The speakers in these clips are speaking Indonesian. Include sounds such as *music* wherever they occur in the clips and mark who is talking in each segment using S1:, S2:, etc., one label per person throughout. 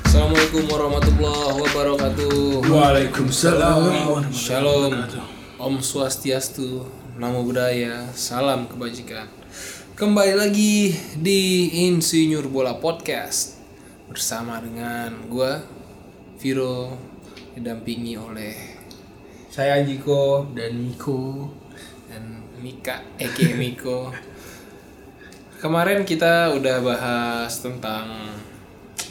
S1: Assalamualaikum warahmatullahi wabarakatuh.
S2: Waalaikumsalam.
S1: Shalom. Om Swastiastu. Namo Buddhaya. Salam kebajikan. Kembali lagi di Insinyur Bola Podcast bersama dengan gua Viro didampingi oleh
S2: Saya Jiko dan
S1: Miko dan Mika Eke Miko. Kemarin kita udah bahas tentang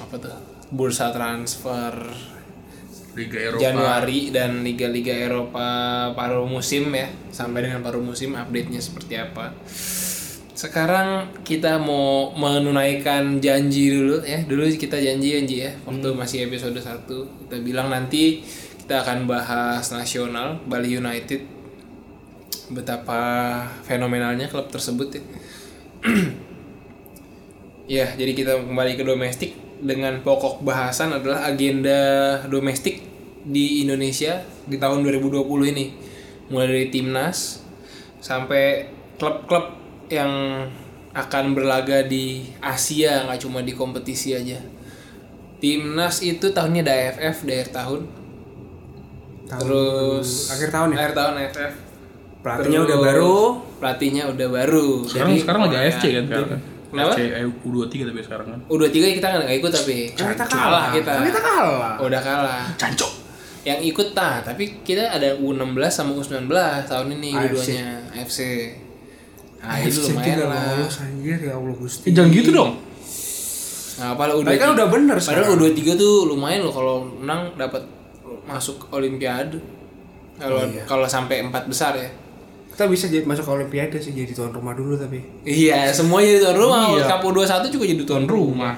S1: apa tuh? Bursa transfer
S2: Liga Eropa.
S1: Januari dan liga-liga Eropa paruh musim ya sampai dengan paruh musim update-nya seperti apa. Sekarang kita mau menunaikan janji dulu ya. Dulu kita janji-janji ya waktu masih episode 1 kita bilang nanti kita akan bahas nasional Bali United betapa fenomenalnya klub tersebut ya. Ya, jadi kita kembali ke domestik dengan pokok bahasan adalah agenda domestik di Indonesia di tahun 2020 ini. Mulai dari timnas sampai klub-klub yang akan berlaga di Asia nggak cuma di kompetisi aja. Timnas itu tahunnya ada AFF di akhir tahun. Terus
S2: akhir tahun ya?
S1: Akhir tahun AFF.
S2: Pelatihnya
S1: Terus
S2: udah baru.
S1: Pelatihnya udah baru.
S3: Sekarang
S1: Jadi- ya,
S3: sekarang lagi AFC kan sekarang.
S1: Kenapa?
S3: AFC U23 tapi sekarang kan.
S1: U23 ya kita nggak ikut tapi
S2: Kan kita
S1: kalah
S2: kalah.
S1: kita.
S2: Kan kita kalah.
S1: Udah kalah.
S3: Cancok.
S1: Yang ikut tah, tapi kita ada U16 sama U19 tahun ini
S2: AFC.
S1: keduanya AFC. Ah, itu lumayan
S2: Kita
S1: lah.
S2: lolos anjir ya Allah Gusti.
S3: Eh, jangan gitu dong.
S1: Nah, padahal U23.
S2: Tapi kan udah bener
S1: Padahal
S2: sekarang.
S1: U23 tuh lumayan loh kalau menang dapat masuk Olimpiade.
S2: Oh,
S1: Kalau
S2: iya.
S1: kalau sampai empat besar ya.
S2: Kita bisa jadi masuk ke Olimpiade sih jadi tuan rumah dulu tapi.
S1: Iya, semuanya jadi tuan rumah. Iya. Kapu 21 juga jadi tuan rumah.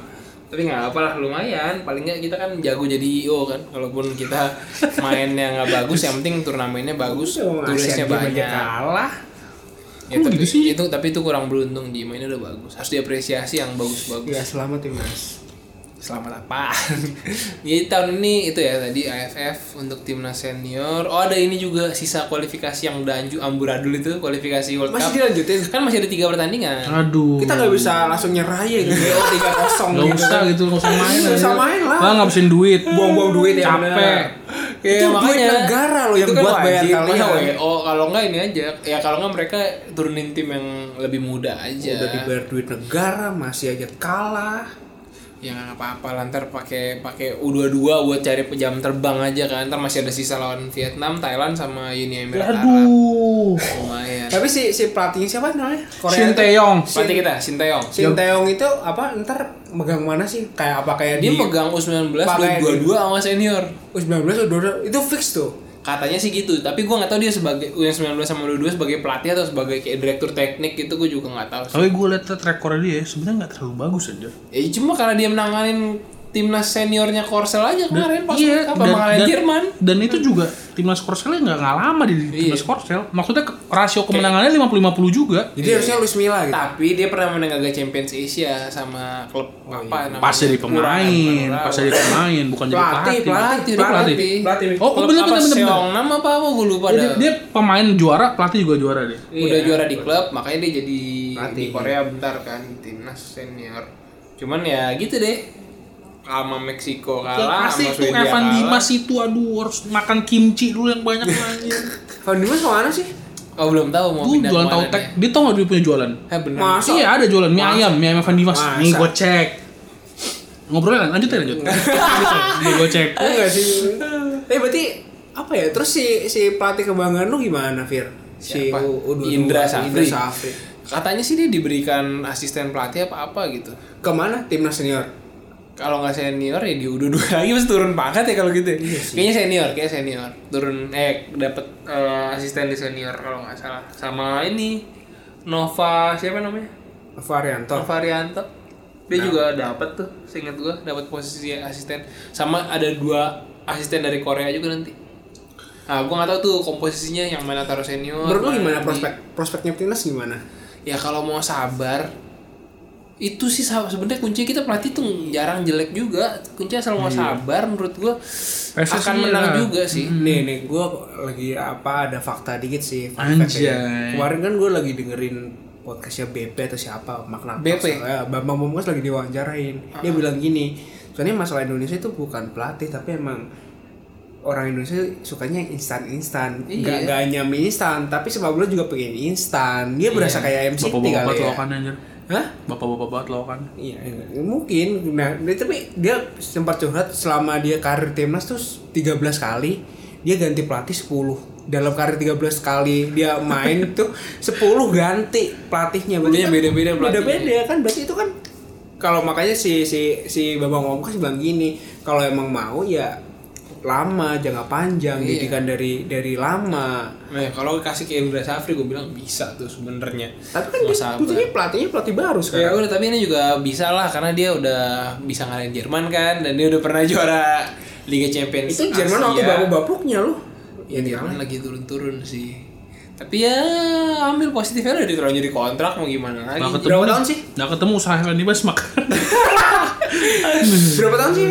S1: Tapi nggak apalah lumayan. Paling nggak kita kan jago jadi IO kan. Kalaupun *laughs* kita mainnya nggak bagus, yang penting turnamennya bagus, turisnya
S2: Asian Games aja
S1: banyak.
S2: kalah.
S1: Ya, tapi, itu tapi itu kurang beruntung di mainnya udah bagus. Harus diapresiasi yang bagus-bagus.
S2: Ya selamat ya Mas.
S1: Selamat apa? *laughs* Jadi tahun ini itu ya tadi AFF untuk timnas senior. Oh ada ini juga sisa kualifikasi yang danju amburadul itu kualifikasi World Cup.
S2: Masih dilanjutin.
S1: Kan masih ada tiga
S3: Ah,
S1: pertandingan.
S3: Aduh.
S2: Kita nggak bisa langsung nyerah ya gitu. Oh, 3-0
S3: Gak usah gitu, gak usah main.
S2: Iya, Nggak usah main lah.
S3: Lah ngabisin duit.
S2: Buang-buang duit ya
S3: Capek.
S2: bener. Itu duit negara loh yang
S1: Iya, itu kan
S2: buat bayar
S1: wajib.
S2: kalian.
S1: Masa WO kalau enggak ini aja ya kalau enggak mereka turunin tim yang lebih muda aja
S2: Udah dibayar duit negara masih aja kalah.
S1: ya nggak apa-apa lah, ntar pakai pakai U22 buat cari jam terbang aja kan ntar masih ada sisa lawan Vietnam Thailand sama Uni Emirat Arab
S3: Aduh.
S1: lumayan
S2: Tapi si si pelatihnya siapa namanya?
S3: Shin
S2: itu.
S3: Tae-yong.
S1: berarti kita Sinteyong
S2: Shin Taeyong itu apa ntar megang mana sih? Kayak apa kayak
S1: dia
S2: di
S1: megang U19
S2: Pakai
S1: U22 sama senior
S2: U19 U22 itu fix tuh.
S1: katanya sih gitu tapi gua nggak tahu dia sebagai U19 sama U22 sebagai pelatih atau sebagai kayak direktur teknik gitu gua juga nggak tahu sih.
S3: Tapi gue liat track record dia ya, sebenarnya gak terlalu bagus aja.
S1: Ya cuma karena dia menanganin timnas seniornya Korsel aja kemarin pas
S3: Iya,
S1: apa mengalahin Jerman.
S3: Dan itu juga timnas Korsel nggak nggak lama
S2: Iya.
S3: di timnas Korsel. Maksudnya ke- rasio kemenangannya 50-50 juga.
S2: Jadi
S1: Iya.
S2: harusnya Luis Milla gitu.
S1: Tapi dia pernah menang Liga Champions Asia sama klub apa namanya?
S3: Pas jadi
S1: Urawa,
S3: pemain,
S1: bukan Urawa.
S3: pas jadi pemain, bukan jadi
S2: Pelatih,
S3: pelatih.
S2: pelatih,
S3: Dia pelatih.
S2: pelatih.
S3: Oh,
S1: Klub
S3: bener, bener,
S1: apa,
S3: bener, bener.
S1: Seongnam apa apa gue lupa
S3: Dia,
S1: dah.
S3: dia pemain juara, pelatih juga juara dia.
S1: udah juara di klub makanya dia jadi
S2: Pelatih.
S1: di Korea bentar kan timnas senior. Cuman ya gitu deh. Sama Meksiko kalah,
S3: pasti
S1: sama
S3: itu
S1: Swedia
S3: Evan
S1: kalah.
S3: Dimas itu aduh harus makan kimchi dulu
S2: *laughs*
S3: yang banyak anjir.
S2: Kalau Dimas kemana sih?
S1: Oh belum tahu mau
S3: Gue
S1: pindah
S3: jualan
S1: kemana
S3: tahu
S1: dia. Eh,
S3: tek. Dia tau gak dia punya jualan?
S1: Hah, bener.
S2: ya? Masa?
S3: Iya ada jualan mie ayam, mie ayam Evan Dimas.
S2: Masa?
S3: Nih gue cek. Ngobrolnya lanjut ya
S2: *laughs*
S3: lanjut. Nih gue cek.
S2: Enggak Iya sih. Eh berarti apa ya? Terus si si pelatih kebanggaan lu gimana, Fir? Si
S1: Siapa?
S2: U- U22.
S1: Indra Safri.
S2: Indra Safri.
S1: Katanya sih dia diberikan asisten pelatih apa apa gitu.
S2: Kemana timnas senior?
S1: Kalau nggak senior ya di udah dua *laughs* lagi pasti turun pangkat ya kalau gitu. ya.
S2: Iya
S1: kayaknya senior, kayak senior. Turun eh dapat eh, asisten di senior kalau nggak salah. Sama ini Nova siapa namanya?
S2: Varianto.
S1: Nova Rianto. Dia
S2: Nah.
S1: juga dapat tuh, seingat gua dapat posisi asisten. Sama ada dua asisten dari Korea juga nanti. Ah, gua nggak tahu tuh komposisinya yang mana taruh senior.
S2: Menurut
S1: mana
S2: lu gimana
S1: di-
S2: prospek prospeknya timnas gimana?
S1: ya kalau mau sabar itu sih sa- sebenarnya kunci kita pelatih tuh jarang jelek juga kuncinya selalu mau
S2: Iya.
S1: sabar menurut gua
S3: PSSI
S1: akan menang
S3: lah.
S1: juga sih
S3: Hmm.
S2: Nih nih gue lagi apa ada fakta dikit sih fun fact
S3: Anjay.
S2: aja. Kemarin kan gue lagi dengerin podcastnya BP atau siapa Makna Eh,
S1: BP?
S3: Ah.
S2: Bambang Pamungkas lagi diwawancarain Dia bilang gini Soalnya masalah Indonesia itu bukan pelatih tapi emang orang Indonesia sukanya instan-instan. Enggak
S1: Iya.
S2: enggak hanya mie instan, tapi sepak bola juga pengen instan. Dia berasa kayak MCT
S3: Iya. Bapak-bapak banget
S2: kali ya.
S3: lawakannya anjir.
S2: Hah?
S3: Bapak-bapak banget kan. lawakannya.
S2: Iya, iya. mungkin. Nah, dia- tapi dia sempat curhat selama dia karir timnas tuh 13 kali dia ganti pelatih 10. Dalam karir 13 kali dia
S1: *laughs*
S2: main tuh 10 ganti pelatihnya. Berarti
S1: Iya,
S2: kan
S1: beda-beda pelatihnya.
S2: Beda-beda kan berarti itu kan kalau makanya si si si Babang Om kan bilang gini, kalau emang mau ya lama, jangka panjang,
S1: Iya.
S2: didikan dari dari lama.
S1: Nah, kalau kasih ke Indra Safri gue bilang bisa tuh sebenarnya.
S2: Tapi kan
S1: Mau
S2: dia
S1: sabar.
S2: butuhnya pelatihnya pelatih baru
S1: Ya
S2: sekarang.
S1: udah tapi ini juga bisa lah karena dia udah bisa ngalahin Jerman kan dan dia udah pernah juara Liga Champions.
S2: itu Jerman waktu
S1: Asia.
S2: babuk-babuknya loh.
S1: Ya Jerman lagi turun-turun sih. Tapi ya ambil positifnya udah ditaruh jadi kontrak mau gimana lagi.
S3: Nggak ketemu.
S2: Berapa tahun sih?
S3: Nggak ketemu usaha di Basmak.
S2: Berapa tahun sih?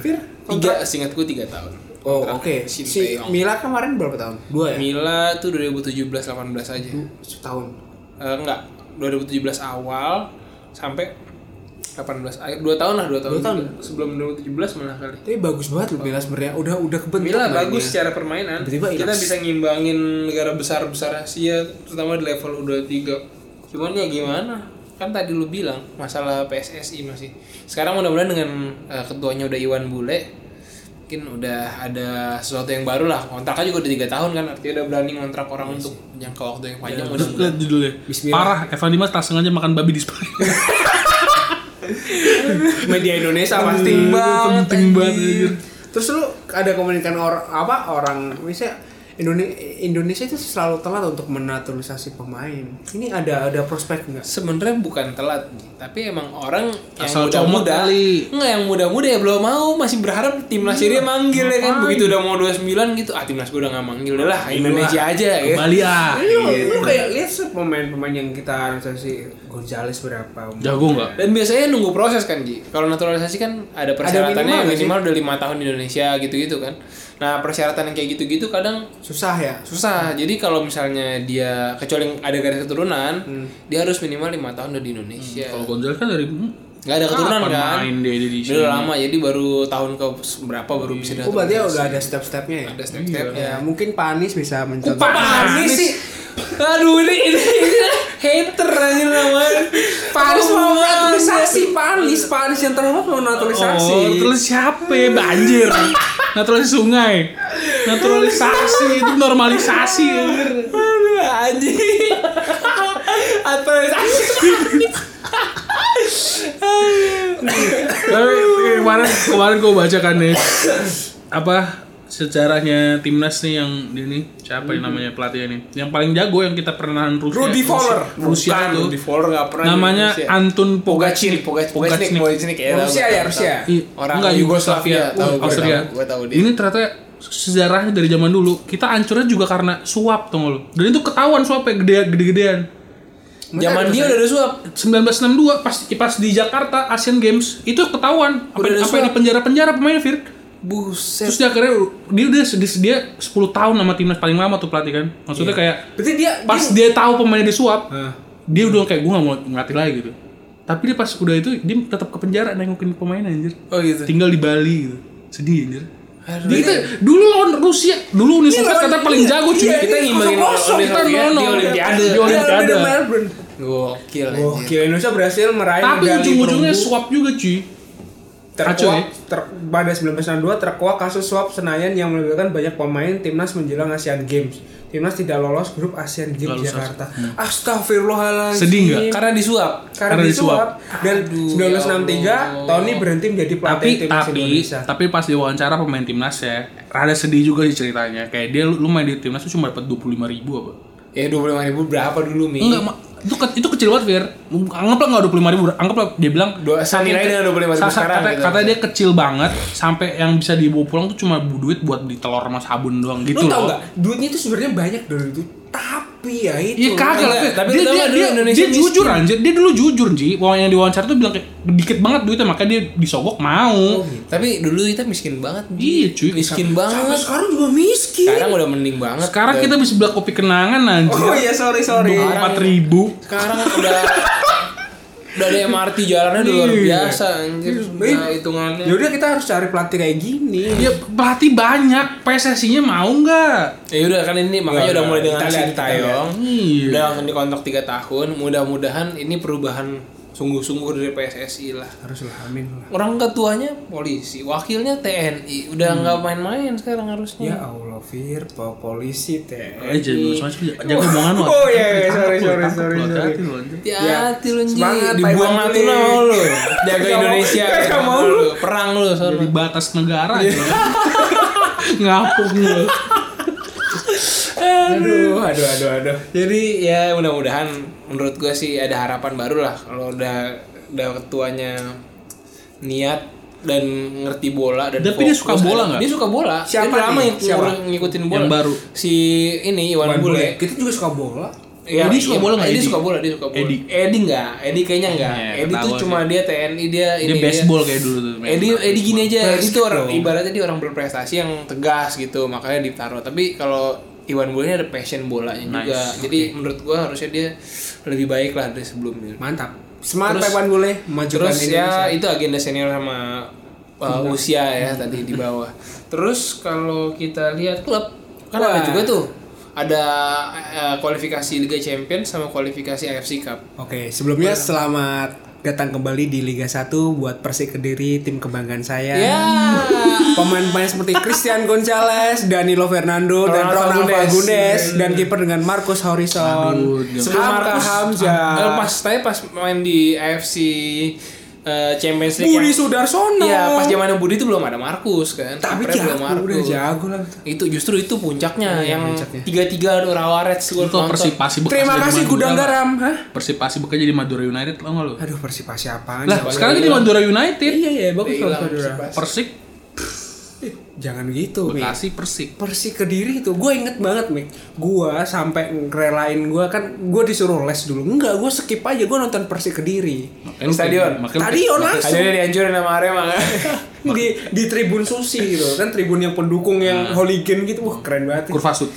S2: Fir?
S1: Tiga seingatku tiga tahun.
S2: Oh,
S1: Kontrak
S2: oke.
S1: Shin
S2: Si
S1: Taeyong.
S2: Mila kemarin berapa tahun? Dua ya?
S1: Mila tuh 2017-18 aja.
S2: Setahun.
S1: Eh, enggak 2017 awal sampai 18 akhir 2 tahun lah 2 tahun,
S2: Dua tahun.
S1: sebelum 2017 malah kali
S2: Tapi bagus banget loh Mila sebenarnya. Udah udah kebentuk.
S1: Mila
S2: mainnya.
S1: bagus secara permainan
S2: Tiba-tiba hilang.
S1: kita bisa ngimbangin negara besar besar Asia terutama di level U23 cuman ya gimana kan tadi lu bilang masalah PSSI masih sekarang mudah-mudahan dengan eh, ketuanya udah Iwan Bule mungkin udah ada sesuatu yang baru lah kontraknya juga udah tiga tahun kan artinya udah berani ngontrak orang
S2: Iya
S1: untuk jangka waktu yang
S2: Ya,
S1: panjang
S3: Terus
S1: mudah-mudahan
S3: *laughs* lihat judulnya.
S2: Bismillah.
S3: Parah, Evan Dimas tak sengaja makan babi di Spanyol.
S2: *laughs* *laughs* Media Indonesia
S3: Aduh,
S2: pasti.
S3: banget, penting
S1: anjir.
S3: banget anjir.
S2: Terus lu ada komunikan orang apa orang misalnya Indonesia, Indonesia itu selalu telat untuk menaturalisasi pemain. Ini ada ada prospek nggak?
S1: sebenarnya bukan telat tapi emang orang yang
S3: Asal comot
S1: muda-muda
S3: kali. Hmm,
S1: enggak yang muda-muda ya belum mau masih berharap timnas Syria manggil ya kan
S3: ngapain? Iya.
S1: begitu udah mau 29 gitu ah timnas gue udah nggak manggil udah lah Indonesia aja
S2: Iya.
S1: ya
S3: Bali ah.
S2: Ini lu, lu kayak lihat sih pemain-pemain yang kita analisasi Gonzales berapa? umur.
S3: Jago nggak?
S1: dan biasanya nunggu proses kan Ji kalau naturalisasi kan ada
S2: minimal
S1: persyaratannya
S2: nggak
S1: minimal udah lima tahun di Indonesia gitu-gitu kan nah persyaratan yang kayak gitu-gitu kadang
S2: Susah ya.
S1: susah jadi kalau misalnya dia kecuali ada garis keturunan
S3: Hmm.
S1: dia harus minimal lima tahun udah di
S2: Iya.
S1: Indonesia
S3: Kalau Gonzales kan dari
S1: nggak ada keturunan
S3: Kapan
S1: kan
S3: main dia di
S1: Dia
S3: sini?
S1: udah lama jadi baru tahun ke berapa baru bisa
S2: Oh
S1: datang
S2: berarti udah ada step-stepnya ya?
S1: ada step-stepnya.
S2: Ya, mungkin Pak Anies bisa mencoba.
S1: Pak Anies sih. Aduh ini ini, ini hater aja namanya. Pak
S2: Panis
S1: Anies
S2: mau
S1: mau
S2: naturalisasi, Panis, Panis yang terhormat mau naturalisasi.
S3: Oh, terus siapa? Banjir. Naturalisasi sungai. Naturalisasi itu normalisasi. anjir.
S1: Aduh
S2: *laughs*
S1: anjing. Naturalisasi.
S3: Tapi kayak kemarin kemarin gue baca kan ya apa sejarahnya timnas nih yang ini siapa yang
S1: Hmm.
S3: namanya pelatihnya nih yang paling jago yang kita pernah nahan Rusia
S2: Rudy Fowler.
S3: Rusia
S1: Bukan,
S3: tuh
S1: Rudy Fowler nggak pernah. di
S3: namanya
S1: Indonesia.
S3: Antun
S1: Pogacin,
S3: Pogacin
S1: Pogacin, Pogacin, Pogacin kayak
S2: Rusia ya, Rusia.
S3: I-
S1: Orang
S3: Iya. enggak,
S1: Yugoslavia, tahu gue,
S3: Austria.
S1: tahu, gue tahu dia.
S3: Ini ternyata sejarahnya dari zaman dulu. Kita hancurnya juga karena suap tau nggak lu. Dan itu ketahuan suapnya gede gede-gedean.
S1: Zaman dia udah ada suap.
S3: 1962 pas pas di Jakarta Asian Games itu ketahuan apa,
S1: Udah ada
S3: apa yang
S1: suap.
S3: di penjara-penjara pemain Fir.
S1: Buset.
S3: Terus dia akhirnya dia udah sedih dia 10 tahun sama timnas paling lama tuh pelatih kan. Maksudnya
S1: Iya.
S3: kayak
S2: Berarti dia
S3: pas
S2: dia-
S3: dia tahu pemainnya disuap,
S2: Hah.
S3: dia udah kayak gue gak mau ngelatih lagi gitu. Tapi dia pas udah itu dia tetap ke penjara nengokin pemain anjir
S1: Oh gitu.
S3: tinggal di Bali gitu. Sedih anjir.
S1: Aduh,
S3: Dia kita dulu lawan Rusia, dulu Uni Soviet
S2: lawan-
S3: kata paling
S2: iya,
S3: jago cuy.
S2: iya,
S1: Kita
S2: iya,
S1: ngimbangin
S2: kosong-kosong,
S1: Uni
S3: kita
S1: Soviet,
S3: nono.
S1: dia Olimpiade.
S3: Iya, Di Olimpiade.
S2: Dia Melbourne.
S1: Gokil
S2: Wah,
S1: anjir.
S2: Oh, gila Indonesia berhasil meraih
S3: Tapi
S2: medali
S3: ujung-ujungnya
S2: perunggu.
S3: swap juga cuy. kacau ya.
S2: terkuak ter- pada 1992 terkuak kasus suap Senayan yang melibatkan banyak pemain timnas menjelang Asian Games. Timnas tidak lolos grup Asian Games
S3: Lalu
S2: Jakarta. Astagfirullahaladzim.
S3: Hmm. Sedih nggak?
S1: Karena disuap.
S2: Karena
S3: Karena
S2: disuap dan
S1: Aduh,
S2: 1963 Tony berhenti menjadi pelatih
S3: ya Tapi
S2: timnas
S3: tapi
S2: Indonesia.
S3: tapi pas diwawancara pemain timnas ya, rada sedih juga sih ceritanya. Kayak dia lu, lu main di timnas tuh cuma dapat 25 ribu apa?
S1: Ya 25 ribu berapa dulu Mi?
S3: Enggak, Ma. itu ke- itu kecil banget Fir. Anggaplah enggak 25 ribu, anggaplah dia bilang
S1: Dua- senilai dengan 25.000
S3: Sa- sa-
S1: sekarang
S3: Kata,
S1: gitu.
S3: kata dia kecil banget sampai yang bisa dibawa pulang tuh cuma duit buat beli telur sama sabun doang gitu
S2: Lu tau gak?
S3: loh.
S2: Duitnya itu sebenarnya banyak dari itu. Tapi ya itu.
S3: Iya kagak lah,
S1: Enggak,
S3: tapi
S1: tapi lu
S3: dia,
S1: tahu
S3: dia,
S1: nggak dulu
S3: dia,
S1: Indonesia
S3: dia
S1: miskin?
S3: jujur anjir, dia dulu jujur Ji Wong yang diwawancara tuh bilang kayak dikit banget duitnya makanya dia disogok
S1: Oh,
S3: mau
S1: Tapi dulu kita miskin banget. Bi.
S3: Iya, cuy.
S1: Miskin
S2: Sampai
S1: banget.
S2: sekarang juga miskin.
S1: Sekarang udah mending banget.
S3: Sekarang kita bisa beli kopi kenangan
S2: Oh
S3: anjir
S2: iya sorry sorry.
S3: Empat ribu
S1: Sekarang udah Udah ada MRT jalannya udah luar
S2: Iya.
S1: biasa anjir.
S3: Iya.
S1: Nah, hitungannya.
S2: Ya udah kita harus cari pelatih kayak gini.
S1: iya.
S3: Ya pelatih banyak, PSSI-nya mau nggak?
S1: Ya udah kan ini
S2: Nggak,
S1: makanya udah mulai
S2: nggak.
S1: dengan
S2: Kita lihat,
S1: si
S2: kita lihat.
S1: Tayong.
S3: Iya.
S1: Udah langsung dikontrak 3 tahun. Mudah-mudahan ini perubahan sungguh-sungguh dari PSSI lah.
S2: Haruslah amin lah.
S1: Orang ketuanya polisi, wakilnya TNI. Udah
S2: Hmm.
S1: nggak main-main sekarang harusnya.
S2: Ya Allah, Fir, po- polisi teh.
S3: Eh, jangan macam-macam, jangan omongan lo.
S2: Iya. Oh, iya, iya, sorry,
S3: Takut,
S2: sorry,
S3: takut,
S2: sorry,
S3: lo,
S2: sorry.
S3: hati-hati lo, anjir.
S1: Hati-hati lu Nji.
S2: Ya, semangat,
S1: Dibuang
S2: Taiwan
S1: hati
S2: beli.
S1: nama
S2: *laughs*
S1: lu Jaga
S2: Gak mau-
S1: Indonesia
S2: gak
S1: Jaga
S2: mau
S1: lu. Perang lu sono
S3: Jadi batas negara
S2: Iya.
S3: aja. lo. *laughs* Ngapung lo.
S2: Aduh, aduh, aduh, aduh.
S1: Jadi ya mudah-mudahan Menurut gue sih ada harapan baru lah Kalau udah, udah ketuanya Niat Dan ngerti bola dan
S3: Tapi dia suka
S1: fokus.
S3: bola nggak?
S1: Dia suka bola Dia
S2: Siapa
S1: udah lama
S2: nih?
S1: yang
S2: Siapa?
S1: ngikutin bola
S3: Yang baru.
S1: Si ini Iwan,
S2: Wan
S1: Bule,
S2: Bule. Kita juga suka bola.
S1: Ya,
S3: Edi suka
S1: iya.
S3: bola nggak,
S1: Edi
S3: Edi?
S1: suka bola, dia suka bola.
S3: Edi.
S1: Edi enggak, Edi kayaknya enggak.
S3: Iya,
S1: Edi tuh
S3: ketahuan
S1: cuma dia TNI dia Eh, ini.
S3: Dia baseball kayak dulu tuh. main.
S1: Edi Edi gini aja, Edi
S2: Basket
S1: tuh orang
S2: dong.
S1: ibaratnya dia orang berprestasi yang tegas gitu, makanya ditaruh. Tapi kalau Iwan Bule ini ada passion bolanya juga. Jadi menurut gua harusnya dia lebih baik lah dari sebelumnya.
S2: Mantap. Semangat
S1: Terus-
S2: Taiwan Bule majukan
S1: Terus ya
S2: Indonesia.
S1: itu agenda senior sama uh, usia ya tadi di bawah. Terus kalau kita lihat klub kan ada
S2: Wah.
S1: juga tuh ada uh, kualifikasi Liga Champions sama kualifikasi AFC Cup.
S2: Oke, sebelumnya selamat datang kembali di Liga 1 buat Persik Kediri, tim kebanggaan saya.
S1: Ya.
S2: Pemain-pemain seperti Christian Gonzalez, Danilo Fernando, dan
S1: Ronald
S2: Ronald
S1: Fagundes.
S2: Fagundes, dan kiper dengan Marcos Horison.
S3: Aduh, dia-
S1: Sebelum
S2: Hamka
S1: Marcus
S2: Hamzah.
S1: Eh, pas saya pas main di AFC eh, Champions League. yang-
S2: Budi Sudarsono.
S1: Iya, pas zamannya Budi itu belum ada Markus kan.
S2: tapi
S1: Kipernya
S2: jago, udah jago lah.
S1: Itu justru itu puncaknya
S2: Iya,
S1: yang
S2: puncaknya.
S1: tiga-tiga ada Rawarets
S3: Lu
S1: gua
S3: tau
S1: nonton.
S3: Persipasi bekas
S2: Terima
S3: dari
S2: kasih
S3: Madura
S2: Gudang
S3: nggak?
S2: Garam, hah?
S3: Persipasi bekas jadi Madura United lo nggak lo?
S2: Aduh, persipasi apaan?
S3: Lah
S2: Jawa-
S3: sekarang jadi Madura United.
S2: Iya, iya, bagus
S1: Hilang
S2: kalau Madura.
S1: Persipasi.
S3: Persik,
S2: Jangan gitu, Mi.
S3: Bekasi, Persik.
S2: Persik Kediri itu gue inget banget Mik gue sampai ngerelain gue kan gue disuruh les dulu enggak gue skip aja gue nonton Persik Kediri
S3: Makanya lu-
S1: Stadion.
S3: makanya lu-
S2: Stadion lah.
S1: Ada yang dihancurin sama Arema kan.
S2: *laughs* di di tribun susi gitu kan tribun yang pendukung yang hooligan gitu wah keren banget
S3: Nah. Kurva Sud.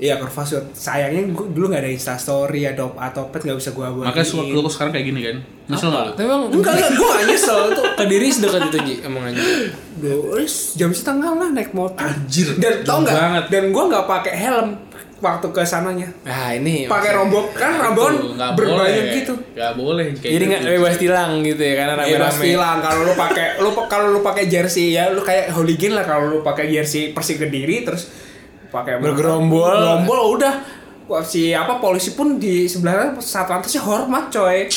S2: iya kurva Sud. sayangnya gue dulu nggak ada instastory atau atau pet nggak bisa gue buat
S3: Makanya suka lu sekarang kayak gini kan. Nyesel nggak lu?
S1: Tapi emang
S2: enggak enggak gue gak nyesel tuh
S1: Kediri sedekat itu Ji emang aja.
S2: Duh, "Eh, jam setengah lah naik motor
S3: Anjir,
S2: dan tau
S3: jauh
S2: nggak
S3: banget.
S2: dan gue nggak pakai helm waktu ke sananya
S1: Nah, ini
S2: *laughs* pakai
S1: maksudnya.
S2: rombok kan
S3: Tuh,
S2: rambon
S3: Iya, nggak
S2: berbayang
S3: boleh.
S2: gitu
S3: Nggak boleh kayak
S1: Jadi
S3: gitu.
S1: nggak bebas tilang gitu ya karena
S2: Iya
S1: rame-rame.
S2: pasti lah kalau lu pakai lu kalau lu pakai jersey ya lu kayak hooligan lah kalau lu pakai jersey Persik Kediri terus pakai
S1: Bergerombol.
S2: Bergerombol udah Wah, si apa polisi pun di sebelahnya satlantasnya hormat coy.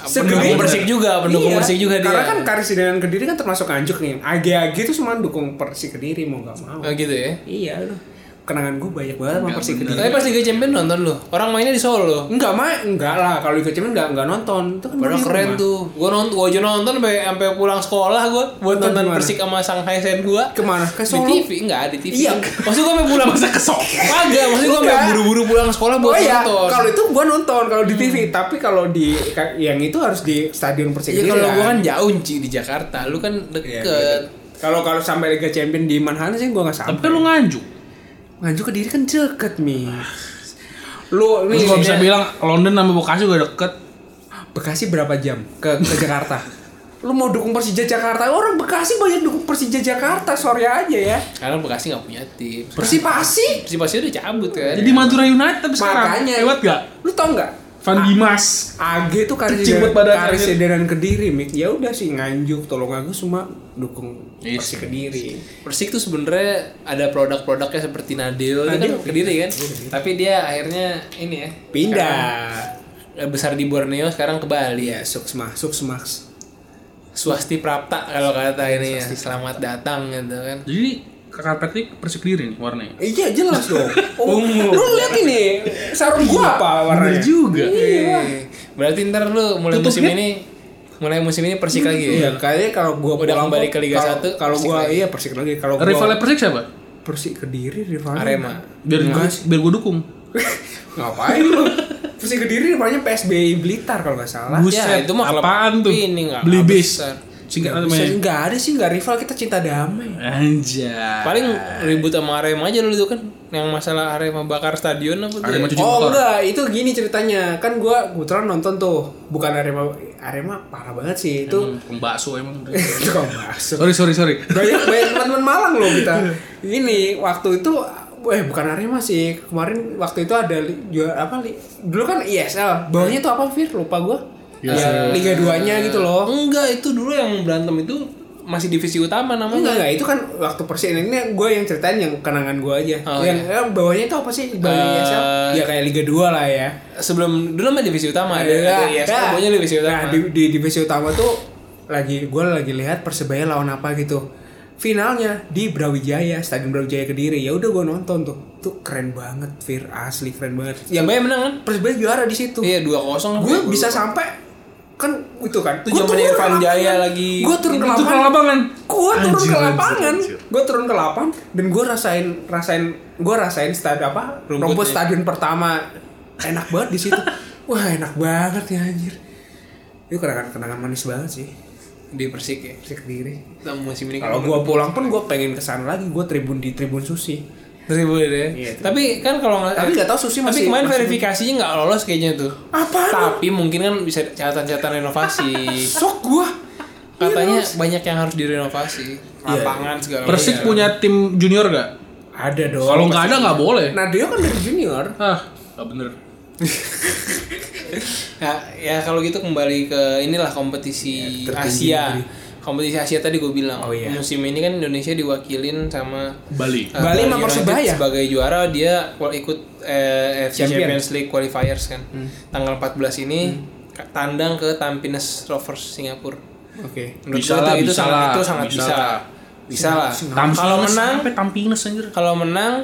S1: Pendukung Persik juga, pendukung
S2: Iya,
S1: Persik juga dia.
S2: Karena kan Karis dengan Kediri kan termasuk anjuk nih. Age-age itu cuma dukung Persik Kediri mau nggak mau.
S1: Oh, gitu ya.
S2: Iya lu. Kenangan gue banyak banget sama
S3: Nggak
S2: Persik
S3: bener.
S2: Kediri.
S1: Tapi pas Liga Champions nonton lu. Orang mainnya di Solo.
S2: Enggak mah, enggak lah. Kalau ikut cuman enggak enggak nonton. Itu kan
S1: Padahal
S2: di
S1: keren
S2: rumah.
S1: tuh. Gua nonton, gua aja nonton sampai sampai pulang sekolah gua buat
S2: Nonton
S1: nonton
S2: di mana?
S1: Persik sama Shanghai Sen gua.
S2: Kemana? Ke Solo?
S1: Di TV enggak, di TV.
S2: Iya.
S1: Maksud gua sampai pulang
S2: *laughs*
S1: masa ke Solo. Kagak, maksud gua sampai
S2: Enggak.
S1: buru-buru pulang sekolah buat
S2: oh iya,
S1: nonton.
S2: kalau itu gua nonton kalau di TV, tapi kalau di ka- yang itu harus di stadion Persik.
S1: Iya
S2: Kediri
S1: kalau
S2: lah.
S1: gua kan jauh Ci, di Jakarta, lu kan
S2: Iya,
S1: deket.
S2: gitu. Kalau kalau sampai Liga Champion di Manhattan sih gua nggak
S3: Tapi
S2: sampai.
S3: kan lu nganjuk.
S2: Nganjuk ke diri kan deket mi. Lu
S3: Lu
S2: nih
S3: nggak bisa
S2: ya,
S3: bilang London sama Bekasi udah deket.
S2: Bekasi berapa jam ke ke Jakarta? lu mau dukung Persija Jakarta? Orang Bekasi banyak dukung Persija Jakarta, sorry aja ya.
S1: Sekarang Bekasi nggak punya tim.
S2: Persipasi.
S1: Persipasi udah cabut kan.
S3: Jadi Madura United tapi sekarang
S2: Makanya.
S3: lewat gak?
S2: Lu tau nggak?
S1: Ah.
S3: Van Dimas.
S2: AG tuh karir
S3: Kecil buat badannya,
S2: karir
S3: anjir.
S2: sederhan kediri, Mik. Ya udah sih nganjuk, tolong aku semua dukung
S1: Iya
S3: Yes.
S2: Persik kediri.
S1: Persik tuh sebenarnya ada produk-produknya seperti Nadil, itu kan
S2: Nadil.
S1: kediri kan. Tapi dia akhirnya ini ya
S2: Pindah.
S1: sekarang besar di Borneo sekarang ke Bali ya.
S2: Iya, suksma, suksma.
S1: Swasti Prapta kalau kata ini ya. Selamat datang gitu kan.
S3: Jadi karpetnya persik diri nih warnanya.
S2: Iya jelas
S1: *laughs*
S2: dong. Oh,
S1: Ungu.
S2: Lu lihat ini sarung gua apa
S3: Bener
S2: warnanya?
S3: juga.
S1: Iya. Berarti ntar lu mulai musim
S3: Tutupnya?
S1: ini mulai musim ini Persik lagi ya.
S2: Iya, kayaknya kalau gua
S1: Udah
S2: pulang
S1: kembali
S2: kok,
S1: ke Liga
S2: kalau-
S1: Satu,
S2: Kalau
S1: Persik
S2: gua
S1: lagi.
S2: iya Persik lagi, kalau gua
S3: Rivalnya persik siapa?
S2: Persik kediri rivalnya
S1: Arema.
S3: Biar gue biar gue dukung.
S2: Ngapain lu? Persik kediri rivalnya PSBI Blitar kalau nggak salah.
S3: Buset,
S1: Ya, itu mah klub
S3: apaan tuh?
S1: ini nggak-
S3: Beli
S1: nggak
S3: bis.
S1: besar.
S3: Singkat
S2: Nggak bisa,
S3: namanya.
S2: nggak ada sih nggak rival kita cinta damai.
S3: Anjay.
S1: Paling ribut sama Arema aja lu itu kan. yang masalah Arema bakar stadion apa tuh?
S3: Arema
S1: ya?
S3: cuci
S2: oh
S3: motor.
S2: enggak, itu gini ceritanya. Kan gua kebetulan nonton tuh, bukan Arema Arema parah banget sih *laughs* itu.
S3: Emang tukang bakso emang.
S2: Tukang bakso.
S3: sorry sorry sorry.
S2: banyak banyak teman-teman Malang loh kita ini waktu itu eh bukan Arema sih kemarin waktu itu ada li- juara apa li, dulu kan ISL bawahnya tuh apa Fir lupa gua
S3: Ya,
S2: ya, Liga 2 nya gitu loh
S1: Oh, Enggak, itu dulu yang berantem itu masih divisi utama namanya.
S2: enggak enggak itu kan waktu persen ini gue yang ceritain yang kenangan gue aja
S1: Oh,
S2: yang yang bawahnya itu apa sih bawah
S1: Eh,
S2: ISL ya kayak Liga 2 lah ya
S1: Sebelum dulu mah divisi utama ada
S2: Nah,
S1: ada ISL,
S2: nah,
S1: pokoknya divisi utama.
S2: nah, di, di divisi utama tuh lagi gue lagi lihat persebaya lawan apa gitu finalnya di Brawijaya Stadion Brawijaya Kediri ya udah gue nonton tuh tuh keren banget Fir asli keren banget
S1: yang banyak menang kan?
S2: persebaya juara di situ
S1: Iya, 2-0.
S2: gue bisa sampai kan itu kan
S1: Itu zamannya Irfan Jaya lagi. kan
S2: gue turun ke
S3: Itu tukang
S2: lapangan
S3: lapangan.
S2: gue turun
S3: Anjir,
S2: ke
S3: anjir,
S2: lapangan
S3: anjir.
S2: gue turun ke lapangan dan gue rasain rasain gue rasain stadion apa
S1: Rumputnya.
S2: rumput stadion pertama enak banget di situ wah enak banget ya anjir itu kenangan kenangan manis banget sih
S1: di Persik ya.
S2: Persik Kediri
S1: Kita musim ini
S2: kalau gue pulang pun gue pengen kesana lagi gue tribun di tribun susi
S1: Tribun ya.
S2: Iya, tribun.
S1: Tapi kan kalau nggak
S2: tapi nggak tahu susi
S1: tapi
S2: masih
S1: kemarin
S2: masih-
S1: verifikasinya nggak lolos kayaknya tuh.
S2: apaan Iya,
S1: Tapi mungkin kan bisa catatan-catatan
S2: *laughs*
S1: renovasi.
S2: sok gue
S1: Katanya banyak yang harus direnovasi.
S2: Iya.
S1: Lapangan segala
S3: Persik
S1: macam.
S3: punya tim junior gak?
S2: ada dong
S3: Kalau nggak ada nggak boleh.
S2: Nadeo kan dari junior
S3: Ah, nggak bener.
S1: Nah, ya kalau gitu kembali ke inilah kompetisi
S2: Ya, tertinggi
S1: Asia.
S2: negeri.
S1: Kompetisi Asia tadi gue bilang
S2: Oh, iya.
S1: musim ini kan Indonesia diwakilin sama
S3: Bali.
S1: eh,
S2: Bali sama
S1: United
S2: Persebaya.
S1: sebagai juara dia kual- ikut eh, FC
S2: Champion. Hmm.
S1: Champions League qualifiers kan. Tanggal 14 ini ka- tandang ke Tampines Rovers Singapura.
S2: oke
S1: Menurut
S3: Bisa
S1: gua
S3: lah,
S1: itu, itu
S3: bisa
S1: sangat
S3: lah,
S1: itu sangat
S3: bisa
S1: bisa.
S3: lah.
S1: Bisa lah.
S3: Tampines,
S1: Kalau menang
S3: sampai Tampines anjir.
S1: kalau menang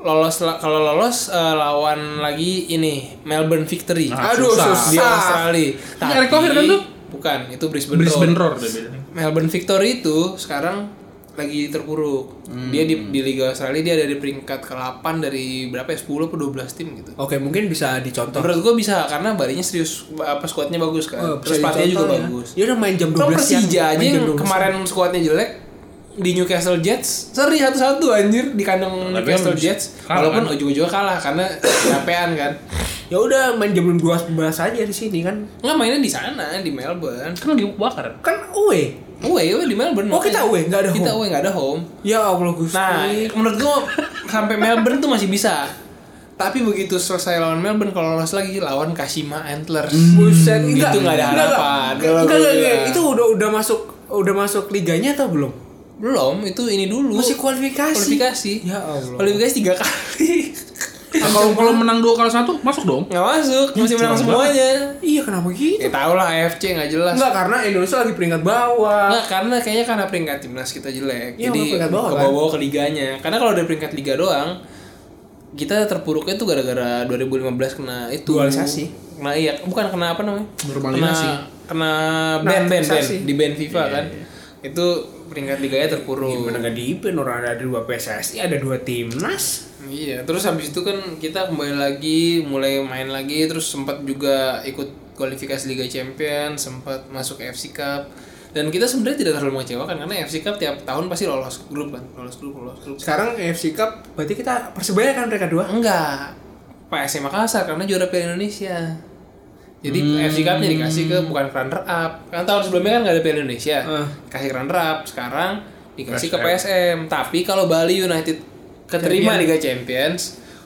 S1: lolos la- kalau lolos eh, lawan lagi ini Melbourne Victory.
S3: Ah,
S2: Aduh, susah.
S1: Di Australia. Tapi-
S3: Erick Thohir kan tuh?
S1: Bukan, itu Brisbane,
S3: Brisbane
S1: Roar.
S3: Roar udah bedanya.
S1: Melbourne Victory itu sekarang lagi terpuruk.
S2: Hmm.
S1: Dia di, di Liga Australia dia ada di peringkat ke-8 dari berapa ya? 10 atau 12 tim gitu.
S2: Oke, mungkin bisa dicontoh.
S1: Menurut gua bisa karena barinya serius apa skuadnya bagus kan.
S2: Eh,
S1: Terus
S2: bisa
S1: pelatihnya juga
S2: dicontoh ya.
S1: bagus.
S2: Dia udah main jam 12
S1: Kalau
S2: siang.
S1: Persija aja
S2: Main jam ya.
S1: yang
S2: 12
S1: kemarin skuadnya jelek di Newcastle Jets seri satu-satu anjir di kandang
S3: Tapi
S1: Newcastle
S3: kan
S1: Jets
S3: kalah
S1: walaupun
S3: kan?
S1: ujung-ujungnya kalah karena capean kan
S2: siang. Ya udah main jam 12 aja di sini kan.
S1: nggak mainnya di sana di Melbourne
S3: Kan lagi
S1: *laughs*
S3: bakar.
S2: Kan UE.
S1: away away di Melbourne
S2: Oh, kita away, nggak ada
S1: kita
S2: home.
S1: away nggak ada home
S2: Ya Allah Gusti.
S1: nah menurut gua sampai Melbourne tuh masih bisa tapi begitu selesai lawan Melbourne kalau lolos lagi lawan Kashima Antlers
S2: buset
S1: Hmm, itu nggak ada
S2: enggak,
S1: harapan
S2: Enggak, enggak, enggak,
S1: Alhamdulillah.
S2: enggak. itu udah udah masuk udah masuk liganya atau belum?
S1: belum itu ini dulu
S2: Masih kualifikasi.
S1: kualifikasi
S2: Ya Allah.
S1: kualifikasi tiga kali
S3: Nah, kalau kalau menang dua kalau satu masuk dong.
S1: nggak masuk masih menang semuanya
S2: Iya, kenapa gitu?
S1: ya tau lah AFC nggak jelas Nah.
S2: Enggak karena Indonesia lagi peringkat bawah.
S1: Nggak, karena kayaknya karena peringkat timnas kita jelek jadi
S2: Iya, makanya
S1: ke
S2: peringkat bawah, kan?
S1: bawah ke liganya karena kalau dari peringkat liga doang kita terpuruknya tuh gara-gara 2015 kena itu
S2: Dualisasi.
S1: kena iya bukan kena apa namanya
S3: Normalisasi.
S1: kena kena ban ban ban
S2: Nah, Normalisasi. Iya,
S1: di ban FIFA kan itu peringkat liganya terpuruk
S2: Gimana enggak di event orang ada dua PSSI, ada dua timnas.
S1: Iya, terus habis itu kan kita kembali lagi, mulai main lagi, terus sempat juga ikut kualifikasi Liga Champions, sempat masuk FC Cup. Dan kita sebenarnya tidak terlalu mengecewakan karena FC Cup tiap tahun pasti lolos grup kan, lolos grup, lolos grup.
S2: Sekarang AFC Cup berarti kita persebaya kan mereka dua?
S1: Enggak, PSM Makassar karena juara Piala Indonesia. Jadi
S2: Hmm.
S1: FC Cup-nya dikasih ke bukan ke runner up. Kan tahun sebelumnya kan nggak ada Piala Indonesia,
S2: Eh.
S1: kasih ke runner up. Sekarang dikasih ke PSM. Tapi kalau Bali United keterima
S2: Champion.
S1: Liga Champions,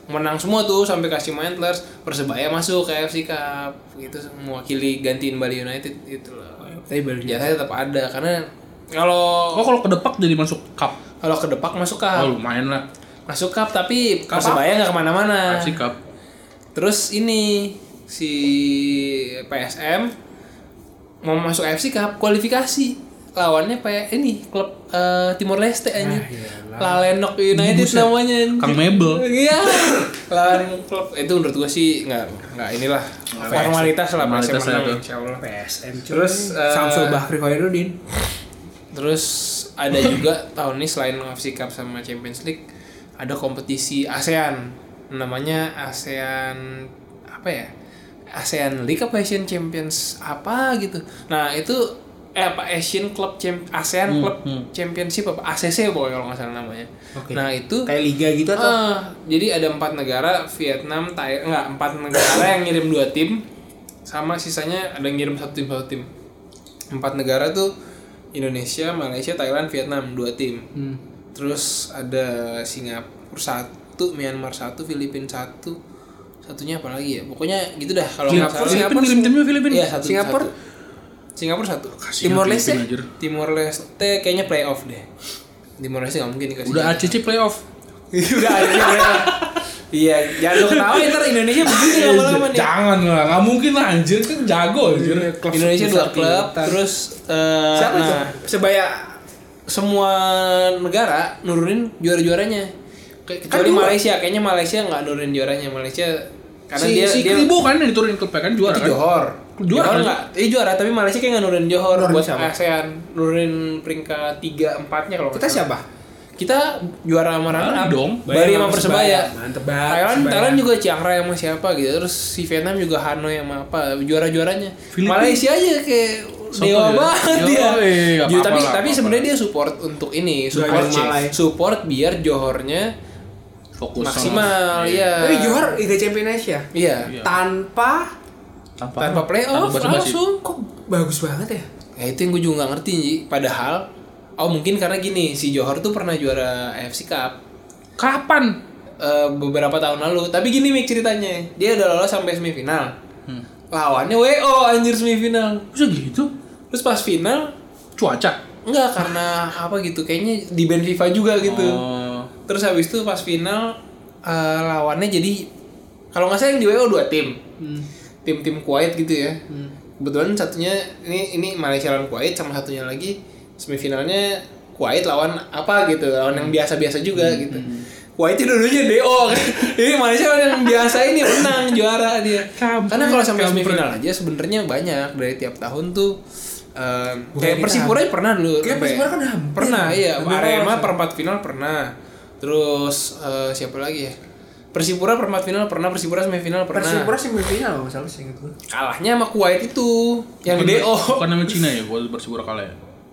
S1: menang semua tuh sampai kasih Mantlers, Persebaya masuk ke FC Cup gitu mewakili gantiin Bali United itu loh.
S2: Tapi baru
S1: Jasanya tetap ada karena kalau
S3: Oh kalau kedepak jadi masuk cup.
S1: kalau kedepak masuk cup,
S3: Oh lumayan lah.
S1: masuk cup tapi Persebaya nggak kemana-mana.
S3: FC Cup.
S1: Terus ini si PSM mau masuk AFC Cup kualifikasi lawannya kayak ini klub eh, Timor Leste aja. Lalenok United namanya. anjing.
S3: Kang Mebel.
S1: Iya. Lawan klub itu menurut gua sih nggak nggak inilah formalitas lah PSM
S3: Formalitas lah
S1: menang,
S3: itu.
S1: insyaallah.
S2: PSM
S1: Terus,
S2: terus
S1: eh,
S2: Samsul Bahri Khairuddin
S1: Terus ada juga tahun ini selain AFC Cup sama Champions League ada kompetisi ASEAN namanya ASEAN apa ya? ASEAN League apa Asian Champions apa gitu. Nah, itu eh apa Asian Club Champ ASEAN
S2: Hmm,
S1: Club Championship apa ACC pokoknya kalau nggak salah namanya.
S2: Oke.
S1: Nah itu
S2: kayak liga gitu atau
S1: Eh, jadi ada empat negara Vietnam Thailand enggak empat negara yang ngirim dua tim sama sisanya ada yang ngirim satu tim satu tim empat negara tuh Indonesia Malaysia Thailand Vietnam dua tim
S2: Hmm.
S1: terus ada Singapura satu Myanmar satu Filipina satu satunya apa lagi ya pokoknya gitu dah kalau nggak
S3: Singapura,
S1: salah
S3: Filipina, ngirim timnya Filipina.
S1: Iya, satu
S2: Singapura?
S1: satu. Singapura satu
S2: Timor Leste?
S3: Filipina, anjir.
S1: Timor Leste kayaknya playoff deh Timor Leste nggak mungkin dikasih
S3: Udah ACC playoff.
S1: udah ada yang merah. iya jangan lu ketawa ntar Indonesia begini lama-lama nih Iya.
S3: Jangan lah, nggak mungkin lah anjir kan jago
S2: Iya,
S3: anjir.
S1: Indonesia dua
S2: besar
S1: klub
S2: tinggi.
S1: terus eh,
S2: siapa
S1: nah,
S2: itu sebaya
S1: semua negara nurunin juara-juaranya Ke- kecuali
S2: dua.
S1: Malaysia kayaknya Malaysia nggak nurunin juaranya Malaysia karena
S3: si,
S1: dia
S3: si
S1: dia
S3: Kribo kan yang diturunin klubnya kan juara
S2: itu
S3: kan.
S2: Johor
S1: Johor
S3: Juara kan?
S1: nggak eh juara tapi Malaysia kayak nggak nurunin Johor
S2: Nurunin
S1: buat
S2: siapa?
S1: ASEAN nurunin peringkat 3 4 nya kalau nggak
S2: kita
S1: salah.
S2: siapa
S1: kita juara sama runner up
S3: Bali dong.
S1: Bali sama Persebaya
S2: mantep banget
S1: Thailand
S2: Persebaya.
S1: Thailand juga Chiang Rai sama siapa gitu terus si Vietnam juga Hanoi sama apa juara-juaranya
S3: Filipina.
S1: Malaysia aja kayak
S3: Soto
S1: dewa
S3: ya?
S1: banget
S3: Yo,
S1: dia
S3: eh, nggak
S1: Ju-
S3: apa-apa
S1: tapi
S3: lah,
S1: tapi
S3: nggak
S1: sebenarnya dia support untuk ini
S2: Juara
S1: support
S2: Malai.
S1: support biar Johornya
S3: Fokus sama-
S1: maksimal ya
S2: tapi Johor Liga Champion Asia
S1: iya
S3: Eh, Iya.
S2: tanpa
S3: tanpa,
S1: tanpa playoff
S3: tanpa basa-basi.
S1: langsung
S2: kok bagus banget ya
S1: ya itu yang gue juga nggak ngerti Ji. padahal oh mungkin karena gini si Johor tuh pernah juara AFC Cup
S3: Kapan?
S1: eh, beberapa tahun lalu. Tapi gini Mik ceritanya, dia udah lolos sampai semifinal. Lawannya WO anjir semifinal.
S3: Hmm. Bisa gitu?
S1: Terus pas final
S3: Cuaca.
S1: enggak
S3: *laughs*
S1: karena apa gitu kayaknya di band FIFA juga gitu.
S3: Oh.
S1: Terus habis itu pas final eh, lawannya jadi kalau nggak salah yang di WO dua tim. Tim-tim Kuwait gitu ya.
S2: Hmm.
S1: Kebetulan satunya ini ini Malaysia lawan Kuwait sama satunya lagi semifinalnya Kuwait lawan apa gitu, lawan
S2: Hmm.
S1: yang biasa-biasa juga gitu. Kuwaitnya dulunya
S2: *laughs*
S1: DO kan. Ini Malaysia lawan yang biasa ini menang juara dia.
S3: Kampret,
S1: Karena kalau sampai
S3: kampret.
S1: semifinal aja sebenarnya banyak dari tiap tahun tuh eh,
S2: Bukan
S1: kayak
S2: kita.
S1: Persipura aja pernah dulu
S2: Kayak
S1: sampai-
S2: Persipura kan hampir.
S1: pernah iya
S2: Hampir
S1: Arema
S2: lolos.
S1: perempat final pernah terus eh, siapa lagi ya Persipura perempat final pernah Persipura semifinal pernah
S2: Persipura semifinal nggak salah sih ingat gue
S1: kalahnya sama Kuwait itu yang
S3: Bukan-
S1: DO
S3: Bukan nama Cina ya, gua Persipura kalah ya.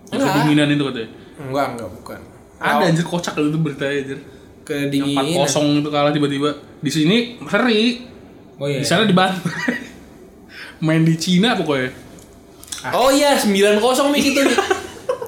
S3: Yang
S1: Enggak.
S3: kedinginan itu katanya.
S1: enggak enggak bukan
S3: Ada anjir kocak itu beritanya anjir. Yang
S1: kedinginan
S3: 4-0 itu kalah tiba-tiba. Di sini seri.
S2: oh
S1: iya,
S3: Di sana dibantai. *laughs* Main di Cina pokoknya.
S1: oh iya 9-0 Mik itu Mik.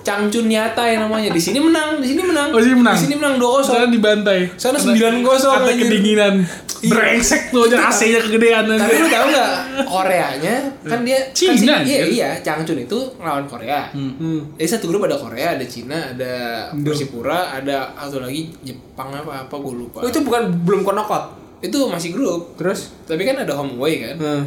S1: Changchun Nyata yang namanya di sini menang di sini menang
S3: Oh, di sini menang.
S1: di sini menang
S3: Di sana
S1: 2-0
S3: dibantai.
S1: Sana
S3: Karena-
S1: 9-0
S3: Karena
S1: anjir.
S3: kedinginan. Brengsek tuh aja AC-nya kegedean
S1: Iya. tapi
S3: anjir.
S1: lu tahu nggak Koreanya kan dia kan
S3: Cina,
S1: sini-
S3: anjir. Hmm.
S1: iya iya Changchun itu lawan Korea Jadi satu grup ada Korea, ada Cina, ada Persipura, ada atau lagi Jepang apa apa gue lupa.
S2: oh itu bukan belum konokot
S1: itu masih grup.
S2: terus
S1: Tapi kan ada home away kan.
S2: hmm.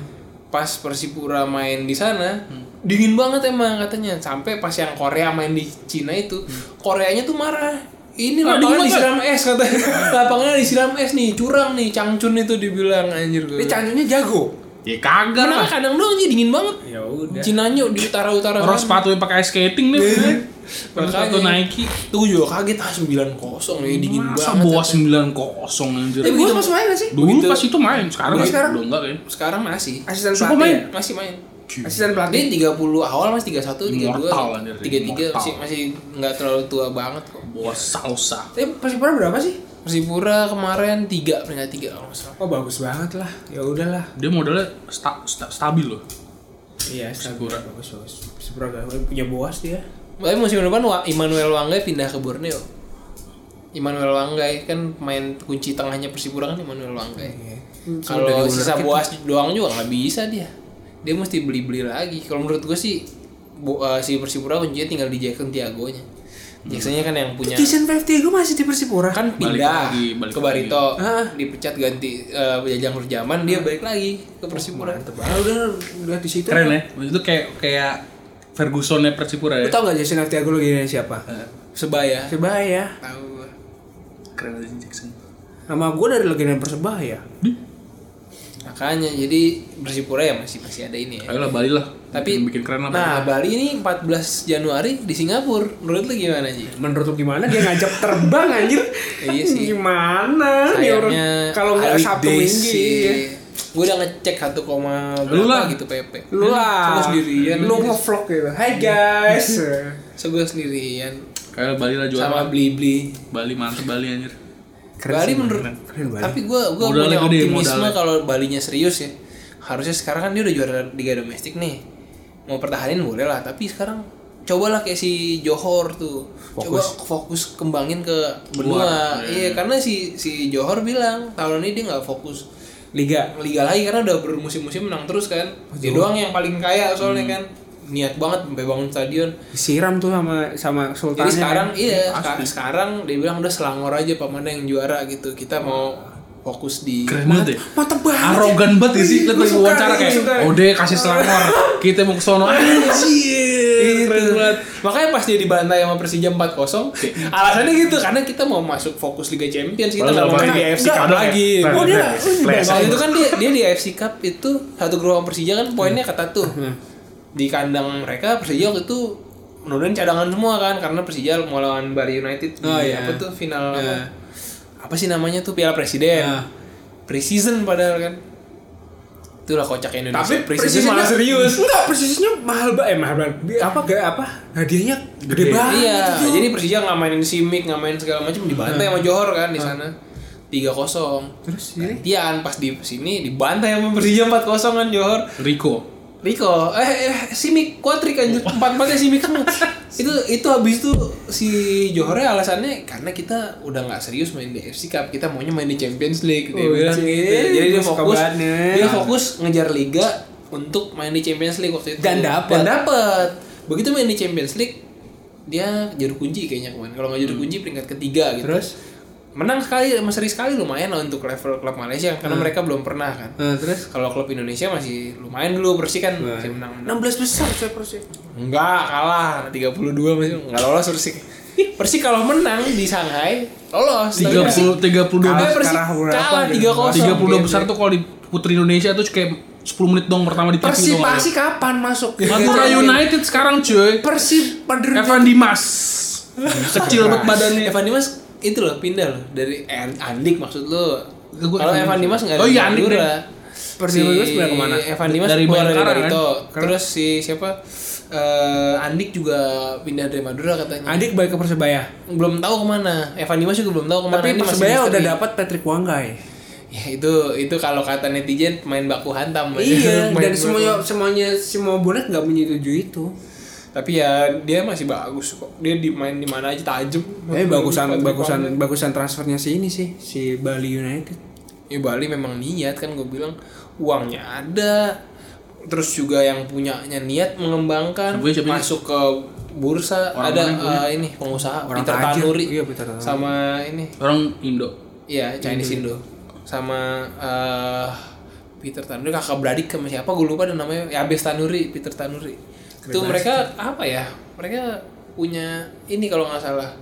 S1: Pas Persipura main di sana,
S3: Hmm.
S1: dingin banget emang katanya. Sampai pas yang Korea main di Cina itu, Koreanya tuh marah. Ini
S3: Hmm. Ah, dingin
S1: lapangan
S3: banget.
S1: disiram es katanya. *laughs* lapangannya disiram es nih, curang nih, cangcun itu dibilang anjir gue.
S2: ini canggungnya jago
S3: Ya kagak
S1: Menang
S3: lah.
S1: kadang doang sih dingin banget.
S2: ya udah
S1: Cinanya di utara-utara
S3: Orang
S1: sana.
S3: sepatu yang pakai ice skating nih. Orang
S1: Iya. Makanya.
S3: sepatu Nike.
S1: Itu gue juga kaget ah 9-0 ya dingin
S3: Masa
S1: banget.
S3: bawa 9-0 anjir.
S2: tapi gue pas main nggak sih
S3: Dulu
S1: Begitu.
S3: pas itu main, sekarang
S2: Begitu
S3: nggak-
S2: sekarang?
S3: udah enggak kan.
S1: Sekarang masih.
S2: asisten
S3: Suka
S2: pelatih
S3: main.
S2: ya?
S1: masih main
S2: asisten pelatih
S1: dia 30 awal masih 31, 32,
S3: Immortal anjir,
S1: 33
S3: immortal.
S1: masih masih nggak terlalu tua banget kok.
S3: Bawa salsa.
S2: tapi Persipura berapa sih
S1: Persipura kemarin 3 peringkat 3 kalau nggak salah.
S2: oh bagus banget lah ya udahlah
S3: Dia modalnya sta- sta- stabil loh.
S2: Iya, Persipura
S3: Persipura.
S2: bagus bagus. Persipura gak- punya boas dia.
S1: Tapi musim depan Wa- Immanuel Wanggai pindah ke Borneo. Immanuel Wanggai kan pemain kunci tengahnya Persipura kan Immanuel Wanggai.
S2: Hmm,
S1: Kalau sisa boas doang juga nggak bisa dia. Dia mesti beli-beli lagi. Kalau menurut gue sih bu- eh, si Persipura kuncinya tinggal di Jackson Tiagonya. Jacksonnya kan yang punya
S2: Jason Fifty gue masih di Persipura.
S1: kan
S3: Hmm. Balik
S1: pindah
S3: lagi, balik
S1: ke Barito dipecat ganti eh, Jajang Nurjaman dia balik lagi
S3: Oh,
S1: ke Persipura
S2: Mantep banget. Udah udah di situ.
S3: Keren ya. Maksud Itu kayak kayak Fergusonnya Persipura
S2: Lu
S3: ya.
S2: tau gak Jason Fifty gue lagi dari siapa?
S1: Eh. sebaya
S2: Persebaya.
S1: tahu gua.
S3: Keren aja Jackson.
S2: Nama gue dari legenda Persebaya.
S1: makanya jadi Persipura ya masih masih ada ini ya
S3: Ayolah Bali lah.
S1: tapi
S3: bikin, bikin keren lah.
S1: nah Bali ini 14 Januari di Singapura menurut lu gimana Ji?
S2: Menurut lu gimana dia ngajak terbang anjir?
S1: Iya sih.
S2: Gimana? Dia orang-
S1: sayangnya
S2: kalau nggak
S1: hari
S2: Sabtu
S1: weekdays
S2: Minggu.
S1: sih.
S2: iya.
S1: Gue udah ngecek 1,
S3: Lu lah.
S1: berapa gitu PP.
S2: Lu lah.
S1: Gua sendirian.
S2: Lu ngevlog gitu. Hai guys.
S1: So gue sendirian
S3: Kayak Bali lah juara.
S1: sama Blibli.
S3: Bali mantep Bali anjir.
S2: Keren
S1: Bali
S2: sih,
S1: menurut
S2: keren. Keren Bali.
S1: tapi gue gua
S3: Modalnya
S1: punya
S3: gede,
S1: optimisme
S3: modalnya.
S1: kalau Balinya serius ya harusnya sekarang kan dia udah juara liga domestik nih mau pertahanin boleh lah tapi sekarang cobalah kayak si Johor tuh coba fokus kembangin ke benua
S3: Luar,
S1: iya karena si si Johor bilang tahun ini dia nggak fokus
S2: Liga.
S1: liga lagi karena udah bermusim-musim menang terus kan dia doang yang paling kaya soalnya
S3: Hmm.
S1: kan niat banget sampai bangun stadion
S2: Siram tuh sama sama Sultan.
S1: jadi sekarang iya seka- sekarang dia bilang udah selangor aja paman yang juara gitu kita mau fokus di
S3: Keren banget ya.
S2: mata banget.
S3: Arogan banget ya sih. Lihat
S2: Gua
S3: lagi
S2: suka,
S3: wawancara
S2: gua
S3: kayak.
S2: suka.
S3: Ode kasih selangor. Kita mau ke sono. Gitu. Anjir. Keren banget.
S1: Gitu. Makanya pas dia dibantai sama Persija 4-0 Alasannya gitu Karena kita mau masuk fokus Liga Champions Kita nggak mau main di AFC Cup lagi
S2: Oh, dia-
S1: Waktu itu kan dia, dia di AFC Cup itu Satu grup sama Persija kan poinnya
S2: Hmm.
S1: kata tuh Di kandang mereka Persija waktu itu menurunin cadangan semua kan Karena Persija mau lawan Bali United di
S2: Oh, iya.
S1: Apa tuh final apa?
S2: Iya.
S1: Apa sih namanya tuh Piala Presiden
S2: Iya.
S1: Preseason padahal kan Itulah kocak Indonesia
S2: Tapi
S1: Preseason
S2: presisinya
S1: malah serius
S2: Enggak, presisinya mahal banget. Eh, mahal banget. Di- Apa gak apa? Hadiahnya gede,
S3: Gede.
S2: banget. gitu.
S1: Iya,
S2: itu.
S1: jadi Persija nggak mainin Simic, nggak main segala macam dibantai
S2: Hmm.
S1: sama Johor kan di sana. 3-0.
S2: terus iya. ini
S1: Tian pas di sini dibantai sama Persija 4-0 kan Johor.
S3: Riko.
S1: Riko, eh, eh Simic kuatrik anjir. Empat-empatnya
S2: *laughs*
S1: Simic semua. itu itu habis itu si Johornya alasannya karena kita udah nggak serius main di FC Cup, kita maunya main di Champions League dia
S2: Wih,
S1: bilang gitu. Jadi dia
S2: gua Oh, suka
S1: fokus
S2: banget.
S1: dia fokus ngejar liga untuk main di Champions League waktu itu.
S2: Dan dapet.
S1: Dan dapet. Begitu main di Champions League dia juru kunci kayaknya kemarin. Kalau nggak juru kunci peringkat ketiga gitu.
S2: Hmm. terus
S1: menang sekali, sama seri sekali lumayan lah untuk level klub Malaysia karena
S2: Hmm.
S1: mereka belum pernah kan.
S2: Eh, terus
S1: Kalau klub Indonesia masih lumayan dulu Persi kan masih menang.
S2: 16 besar saya Persib.
S1: Enggak, kalah 32 masih enggak lolos Persik. *laughs* Persik kalau menang di Shanghai lolos. Tapi Persik- Tapi
S3: 30 32
S2: Kalah
S1: Persik
S2: sekarang berapa
S1: kalah 3-0.
S2: gitu?
S3: 32
S1: ya.
S3: besar tuh kalau di Putri Indonesia tuh kayak 10 menit dong pertama di TV
S2: Persib
S3: tuh.
S2: pasti kapan masuk?
S3: Madura
S2: Iya.
S3: United sekarang cuy.
S2: Persib Madura.
S3: Evan Dimas. Kecil banget badannya.
S1: Evan Dimas itu loh pindah loh dari eh, Andik maksud lo.
S3: Gua
S1: Kalau
S3: Evan
S1: Evan Dimas enggak ada
S3: Oh
S1: di
S3: iya, Andik
S1: Madura.
S3: deh.
S2: Persib Madura sebenarnya kemana?
S1: Evan Dimas
S3: Dari
S1: dari keluar dari
S3: Bayangkara,
S1: Barito.
S2: kan?
S1: Terus si siapa? Eh, Andik juga pindah dari Madura katanya.
S2: Adik baik ke Persebaya.
S1: Belum tahu kemana. Evan Dimas juga belum tahu kemana.
S2: Tapi
S1: Ini masih
S2: Persebaya
S1: misteri.
S2: udah dapat Patrick Wanggai.
S1: Ya itu itu kalau kata netizen main baku hantam. *laughs*
S2: Iya,
S1: Main
S2: *laughs* dan
S1: baku-
S2: semuanya semuanya semua bonek nggak menyetujui itu.
S1: Tapi ya dia masih bagus kok. Dia di main di mana aja tajam.
S2: Eh bagusan
S1: Patrick
S2: bagusan
S1: Wangga.
S2: bagusan transfernya si ini sih, si Bali United.
S1: Ya Bali memang niat kan gue bilang uangnya ada. Terus juga yang punyanya niat mengembangkan
S3: Siapa ya, siapa ya?
S1: masuk ke bursa
S3: Orang
S1: ada
S3: mana yang punya?
S1: eh, ini pengusaha
S2: Orang
S1: Peter
S2: tajam.
S1: Tanuri
S2: Iya, Peter Tanuri.
S1: sama ini
S3: Orang Indo.
S1: Iya, Chinese Indo. Sama eh Peter Tanuri kakak beradik sama siapa gue lupa dan namanya ya Abes Tanuri, Peter Tanuri. itu mereka apa ya? Mereka punya ini kalau nggak salah.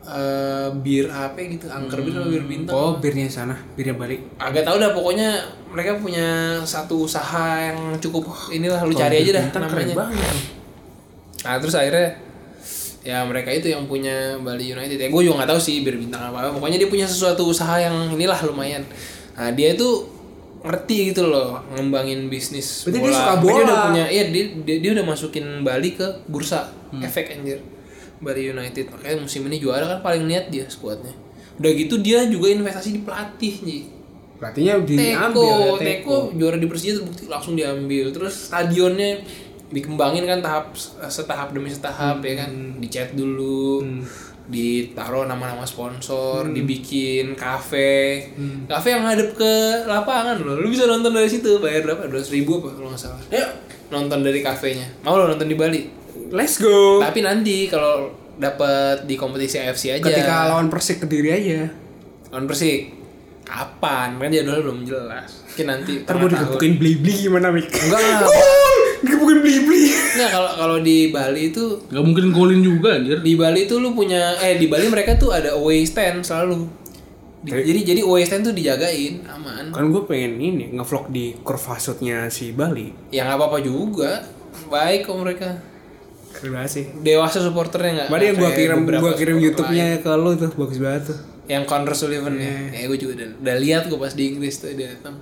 S1: eh bir apa gitu, angker bir atau bir bintang.
S2: Oh, birnya sana, birnya Bali.
S1: Agak tahu dah pokoknya mereka punya satu usaha yang cukup inilah lu cari aja dah
S2: Bintang Oh, keren
S1: namanya.
S2: banget.
S1: Nah terus akhirnya ya mereka itu yang punya Bali United. Ya gue juga nggak tahu sih bir bintang apa apa. Pokoknya dia punya sesuatu usaha yang inilah lumayan. Nah dia itu ngerti gitu loh ngembangin bisnis
S2: Berarti dia suka bola.
S1: Dia udah punya, iya dia, dia, dia udah masukin Bali ke bursa.
S2: Hmm.
S1: Efek anjir. Bali United makanya musim ini juara kan paling niat dia skuadnya. Udah gitu dia juga investasi di pelatih nih.
S2: Pelatihnya
S1: Teko,
S2: diambil ya,
S1: Teko juara di Persija terbukti langsung diambil. Terus stadionnya dikembangin kan tahap setahap demi setahap ya kan, dicat dulu, ditaruh nama-nama sponsor, dibikin kafe, kafe yang hadap ke lapangan loh. Lu bisa nonton dari situ, bayar berapa? dua ribu apa kalau nggak salah?
S2: Ayo,
S1: Nonton dari kafenya. Mau lo nonton di Bali?
S2: let's go.
S1: Tapi nanti kalau dapat di kompetisi AFC aja.
S2: Ketika lawan Persik Kediri aja.
S1: lawan Persik. Kapan? Kan jadwalnya belum jelas. Mungkin nanti
S2: Ntar
S1: tengah
S2: gue
S1: tahun.
S2: digebukin beli-beli gimana, Mik?
S1: Enggak lah.
S2: digebukin beli-beli.
S1: Nggak, kalau kalau di Bali itu
S3: Gak mungkin golin juga anjir.
S1: di Bali tuh lu punya eh di Bali mereka tuh ada away stand selalu. Di- jadi jadi away stand tuh dijagain aman.
S2: Kan gue pengen ini, ngevlog di kurvasutnya si Bali.
S1: Ya nggak apa-apa juga. Baik kok mereka.
S2: Keren banget sih.
S1: Dewasa supporternya nggak?
S2: Berarti yang gue
S1: Kayak
S2: kirim,
S1: beberapa
S2: gue kirim
S1: supporter lain.
S2: YouTube-nya Iya. ke lu tuh, bagus banget tuh.
S1: Yang Connor Sullivan ya. Ya gue juga udah, udah lihat gue pas di Inggris tuh dia datang.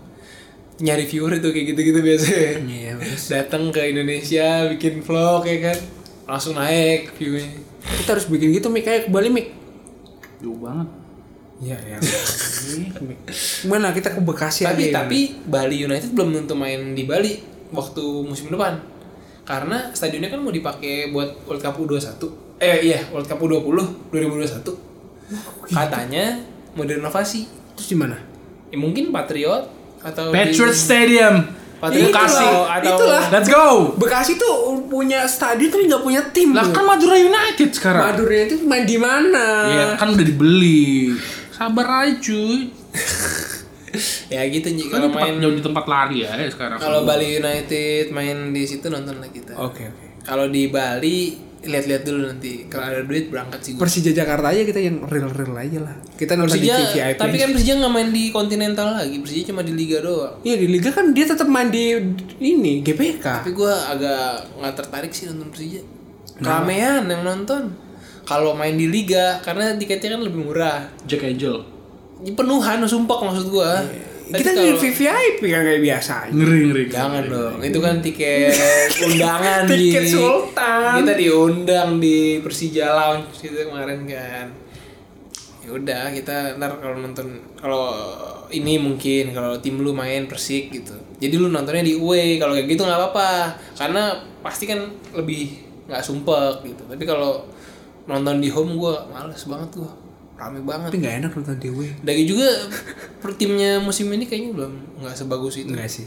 S1: nyari viewer itu kayak gitu-gitu biasanya. *laughs*
S2: Iya, wes.
S1: Datang ke Indonesia bikin vlog ya kan. Langsung naik view-nya.
S2: Kita harus bikin gitu Mik kayak ke Bali Mik.
S3: Jauh banget.
S2: Iya, ya. Mana kita ke Bekasi
S1: Tapi
S2: aja,
S1: tapi Bali United belum tentu main di Bali waktu musim depan. Karena stadionnya kan mau dipakai buat World Cup U21. Eh iya, World Cup U20
S3: Oh,
S1: 2021.
S3: gitu.
S1: Katanya mau direnovasi.
S2: Mik. terus di mana?
S1: Ya, mungkin Patriot atau di-
S3: Patriot Stadium.
S1: Patriot
S2: Itulah,
S1: Bekasi atau
S2: itulah.
S3: Let's go.
S2: Bekasi tuh punya stadion tapi nggak punya tim.
S3: Lah
S2: Bro.
S3: kan Madura United sekarang.
S2: Madura itu main di mana?
S3: Iya kan udah dibeli. Sabar aja cuy.
S1: ya gitu Nyi.
S3: Kan
S1: kalau
S3: di tempat,
S1: main
S3: jauh di tempat lari ya sekarang.
S1: kalau Bali United main di situ nonton lah
S3: Oh.
S1: kita.
S2: Oke, oke.
S1: Kalau di Bali lihat-lihat dulu nanti kalau ada duit berangkat sih gue.
S2: Persija Jakarta aja kita yang real-real aja lah. Kita nonton
S1: Persija,
S2: di VIP.
S1: tapi kan Persija nggak main di kontinental lagi. Persija cuma di liga doang.
S2: Iya di Liga kan dia tetap main di ini GBK.
S1: Tapi gue agak nggak tertarik sih nonton Persija. Keramaian yang nonton. Kalau main di liga, karena tiketnya kan lebih murah.
S3: Jack Angel.
S1: Ini Penuhan, sumpah maksud gue.
S2: Iya. Kita di VIP kan kayak biasa. aja.
S3: Ngeri ngeri.
S1: Jangan dong, itu kan tiket
S2: *laughs*
S1: undangan di-
S2: Tiket Sultan.
S1: Kita diundang di Persija Lounge gitu kemarin kan. Ya udah kita ntar kalau nonton kalau ini mungkin kalau tim lu main Persik gitu. Jadi lu nontonnya di away kalau kayak gitu nggak apa-apa karena pasti kan lebih nggak sumpek gitu. Tapi kalau nonton di home gua males banget gua. Rame banget.
S2: Tapi nggak enak nonton di W.
S1: Lagi juga per timnya musim ini kayaknya belum nggak sebagus itu.
S2: Enggak sih.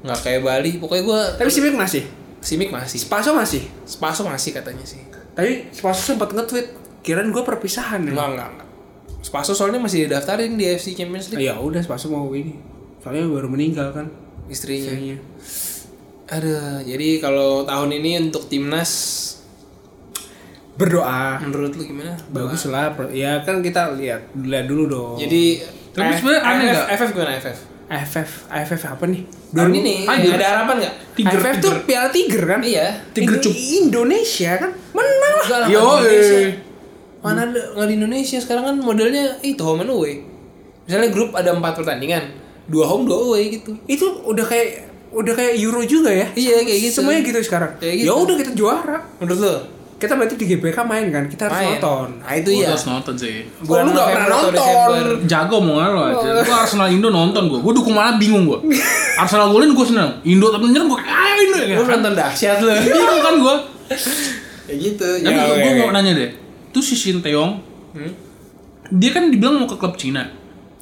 S1: Nggak kayak Bali, pokoknya gue
S2: Tapi Simic masih.
S1: Simic masih.
S2: Spaso masih.
S1: Spaso masih katanya sih.
S2: Hmm. Tapi Spaso sempat nge-tweet kirain gue perpisahan ya.
S1: Enggak, enggak, enggak. Spaso soalnya masih didaftarin di FC Champions
S2: Ah,
S1: League
S2: Ya udah Spaso mau ini. Soalnya baru meninggal kan.
S1: istrinya.
S2: Kayaknya.
S1: Aduh, jadi kalau tahun ini untuk timnas ah,
S2: Berdoa.
S1: menurut lu gimana?
S2: Bagus lah. per- Ya kan kita lihat lihat dulu dong.
S1: Jadi
S3: Tapi
S1: AF
S3: sebenarnya aneh
S1: AF
S3: nggak?
S1: AF gimana AF?
S2: AFF AFF apa nih?
S1: Tahun ini
S3: Ah,
S1: eh,
S3: Tiger.
S1: ada harapan nggak?
S3: Tiger,
S2: AFF tuh Piala Tiger kan?
S1: Iya.
S3: Tiger
S2: Indo-
S3: cup.
S2: Indonesia kan menang lah.
S1: Enggak lah,
S3: Yo,
S1: nggak di Indonesia.
S3: eh.
S1: Mana ada nggak di Indonesia sekarang kan modelnya itu home and away. Misalnya grup ada empat pertandingan, dua home dua away gitu.
S2: Itu udah kayak udah kayak Euro juga ya.
S1: Iya kayak gitu.
S2: Semuanya gitu sekarang.
S1: Kayak gitu.
S2: Ya udah kita juara.
S1: Menurut lo?
S2: Kita berarti di GBK main kan? Kita harus
S1: Main.
S2: nonton.
S1: Nah itu
S3: Gua
S1: ya.
S3: harus nonton sih.
S2: Oh, lu nggak
S1: November
S2: pernah
S1: atau
S2: nonton.
S1: Desember.
S3: Jago mau lo aja. Gua Arsenal Indo nonton gua. Gua dukung mana bingung gua. Arsenal golin gua seneng. Indo tapi nyerang gua kayak "Ah, Indo ya.
S1: Lu nonton dahsyat lu.
S3: Bingung kan
S1: *laughs*
S3: gua.
S1: ya gitu.
S3: Tapi
S1: Ya, Hmm?
S3: gua
S1: oke,
S3: mau
S1: oke.
S3: nanya deh. Tuh si Shin Taeyong, dia kan dibilang mau ke klub Cina.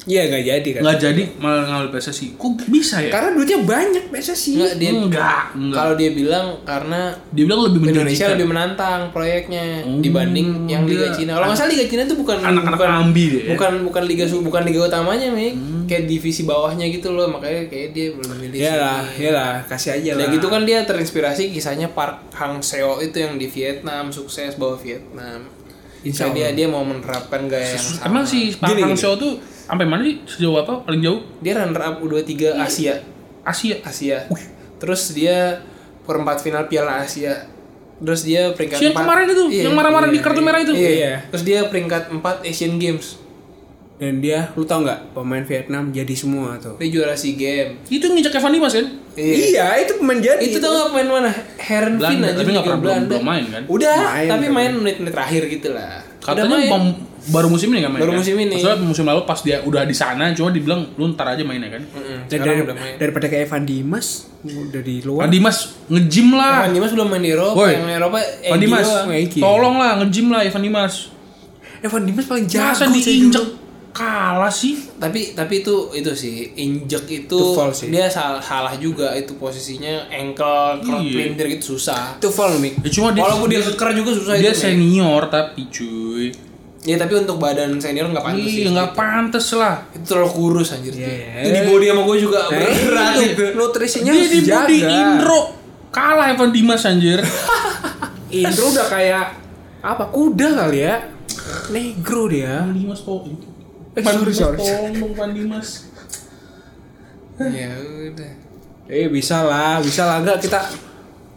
S2: Iya nggak jadi
S1: Ya.
S2: kan?
S3: Nggak jadi malah ngambil PSSI. Kok bisa ya?
S2: Karena duitnya banyak biasa sih.
S1: Nggak, dia
S3: Enggak, enggak.
S1: kalau dia bilang karena
S3: Dia bilang lebih
S1: Indonesia
S3: menjanjikan.
S1: lebih menantang proyeknya
S3: Oh,
S1: dibanding yang Liga
S3: iya.
S1: Cina. Kalau nggak salah Liga Cina itu bukan
S3: Anak-anak
S1: bukan,
S3: ambi deh. Hmm.
S1: bukan bukan liga su- bukan liga utamanya, Mik. Kayak divisi bawahnya gitu loh, makanya kayak dia belum milih.
S3: Ya
S2: Iya
S1: sih.
S2: lah, iya lah, kasih aja
S1: Udah
S2: lah.
S1: gitu kan dia terinspirasi kisahnya Park Hang Seo itu yang di Vietnam sukses bawa Vietnam.
S2: Insya
S1: Jadi dia dia mau menerapkan gaya yang sama.
S3: Emang si Park
S2: Gini,
S3: Hang
S2: gini.
S3: Seo tuh sampai mana sih? Sejauh apa? Paling jauh?
S1: dia runner up U23 Asia.
S3: Asia.
S1: Asia. Terus dia perempat final Piala Asia. Terus dia peringkat
S3: Si yang
S1: empat-
S3: kemarin itu, yang marah-marah di kartu merah itu.
S1: Iya.
S2: Iya.
S1: Terus dia peringkat 4 Asian Games.
S2: Dan dia, lu tau nggak? Pemain Vietnam jadi semua tuh.
S1: Dia juara SEA Games.
S3: Itu yang ngejak Evan Dimas kan?
S1: Iya.
S2: itu pemain jadi.
S1: Itu tau gak main mana? Heron Finn
S3: Belanda,
S1: aja
S3: tapi
S1: di
S3: nggak pernah belum,
S1: Belanda.
S3: belum main kan?
S1: Udah,
S2: Main,
S1: tapi
S2: tapi.
S1: main menit-menit terakhir gitu lah.
S3: Katanya
S1: Udah main.
S3: bang- baru musim ini kan main
S1: Baru
S3: kan?
S1: musim ini.
S3: Soalnya musim lalu pas dia udah di sana cuma dibilang lu ntar aja mainnya kan.
S1: Mm-mm,
S2: Dan
S1: sekarang
S2: dari,
S1: udah main.
S2: daripada kayak Evan Dimas udah di luar.
S3: Pak Dimas nge-gym
S1: Evan
S3: lah.
S1: Dimas Ah, eh, belum main di Eropa,
S3: Woi. Oh,
S1: yang main Eropa
S3: Pak
S1: Egy
S3: Dimas,
S1: doang.
S2: Egy.
S3: tolong lah nge-gym lah Evan Dimas.
S2: Evan Dimas paling jago
S3: Masa
S2: sih
S3: diinjek
S2: dulu.
S3: kalah sih?
S1: Tapi tapi itu itu sih injek itu
S2: Itu foul sih.
S1: dia salah, salah juga itu posisinya ankle, crop
S3: Iya.
S1: printer gitu susah.
S2: Itu fall Mik.
S3: Ya cuma dia
S1: Walaupun dia gitu, keker juga susah
S3: dia
S1: itu, Mik.
S3: senior tapi cuy.
S1: Ya tapi untuk badan senior nggak pantas sih. gitu.
S3: Iya nggak pantas lah.
S1: Itu terlalu kurus anjir tuh.
S2: Iya. Eh,
S1: Itu di body sama gue juga berat
S2: Nah, Itu,
S1: gitu.
S2: nutrisinya
S3: Dia
S2: harus
S3: di
S2: dijaga.
S3: body Indro kalah Evan Dimas anjir.
S2: Indro udah kayak apa kuda kali ya? Negro dia.
S3: Evan Dimas kok.
S2: Eh, sorry, sorry.
S3: Tolong dong Evan Dimas.
S1: Ya udah.
S2: Eh bisa lah, bisa lah enggak kita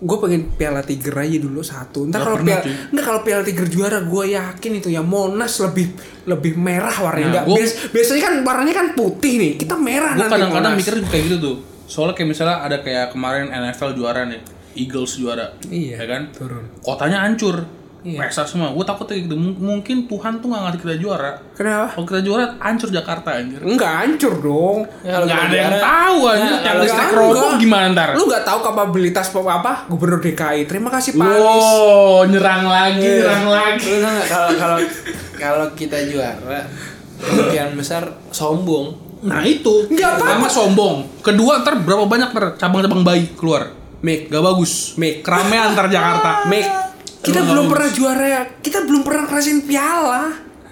S2: gue pengen Piala Tiger aja dulu satu. Ntar
S3: Nggak
S2: kalau
S3: pernah,
S2: Piala
S3: cuy.
S2: nggak kalau Piala Tiger juara gue yakin itu ya Monas lebih lebih merah warnanya.
S3: Nah,
S2: Nggak,
S3: gua-
S2: bias- biasanya kan warnanya kan putih nih. Kita merah
S3: Gue
S2: nanti.
S3: kadang-kadang
S2: Monas.
S3: mikir kayak gitu tuh. Soalnya kayak misalnya ada kayak kemarin NFL juara nih, Eagles juara,
S2: Iya,
S3: ya kan?
S2: turun.
S3: Kotanya hancur,
S2: Iya.
S3: pesta semua. Gue takut kayak gitu. Mung- Mungkin Tuhan tuh nggak ngasih kita juara.
S2: Kenapa?
S3: Kalau kita juara, hancur Jakarta anjir.
S2: Enggak hancur dong.
S1: Ya, Iya, kalau
S3: Nggak ada
S1: kita
S3: yang
S1: juara-
S3: tahu anjir.
S1: Nah,
S3: Yang
S1: kalau
S3: listrik
S2: Enggak,
S3: roboh
S2: enggak.
S3: gimana ntar?
S2: Lu nggak tahu kapabilitas pe- apa Gubernur DKI. Terima kasih Pak Anies.
S3: Wow, nyerang lagi,
S1: Iya.
S3: nyerang lagi.
S1: Lu tau nggak kalau kalau kalau kita juara kemungkinan besar sombong
S3: Nah itu.
S2: Nggak apa-apa.
S3: Pertama sombong. Kedua ntar berapa banyak ntar cabang-cabang bayi keluar.
S2: Make.
S3: Gak bagus.
S2: Make.
S3: Kerame antar Jakarta.
S1: *laughs*
S2: Make. Kita
S3: Lu nggak
S2: belum
S3: bagus.
S2: pernah juara ya. Kita belum pernah ngerasain piala.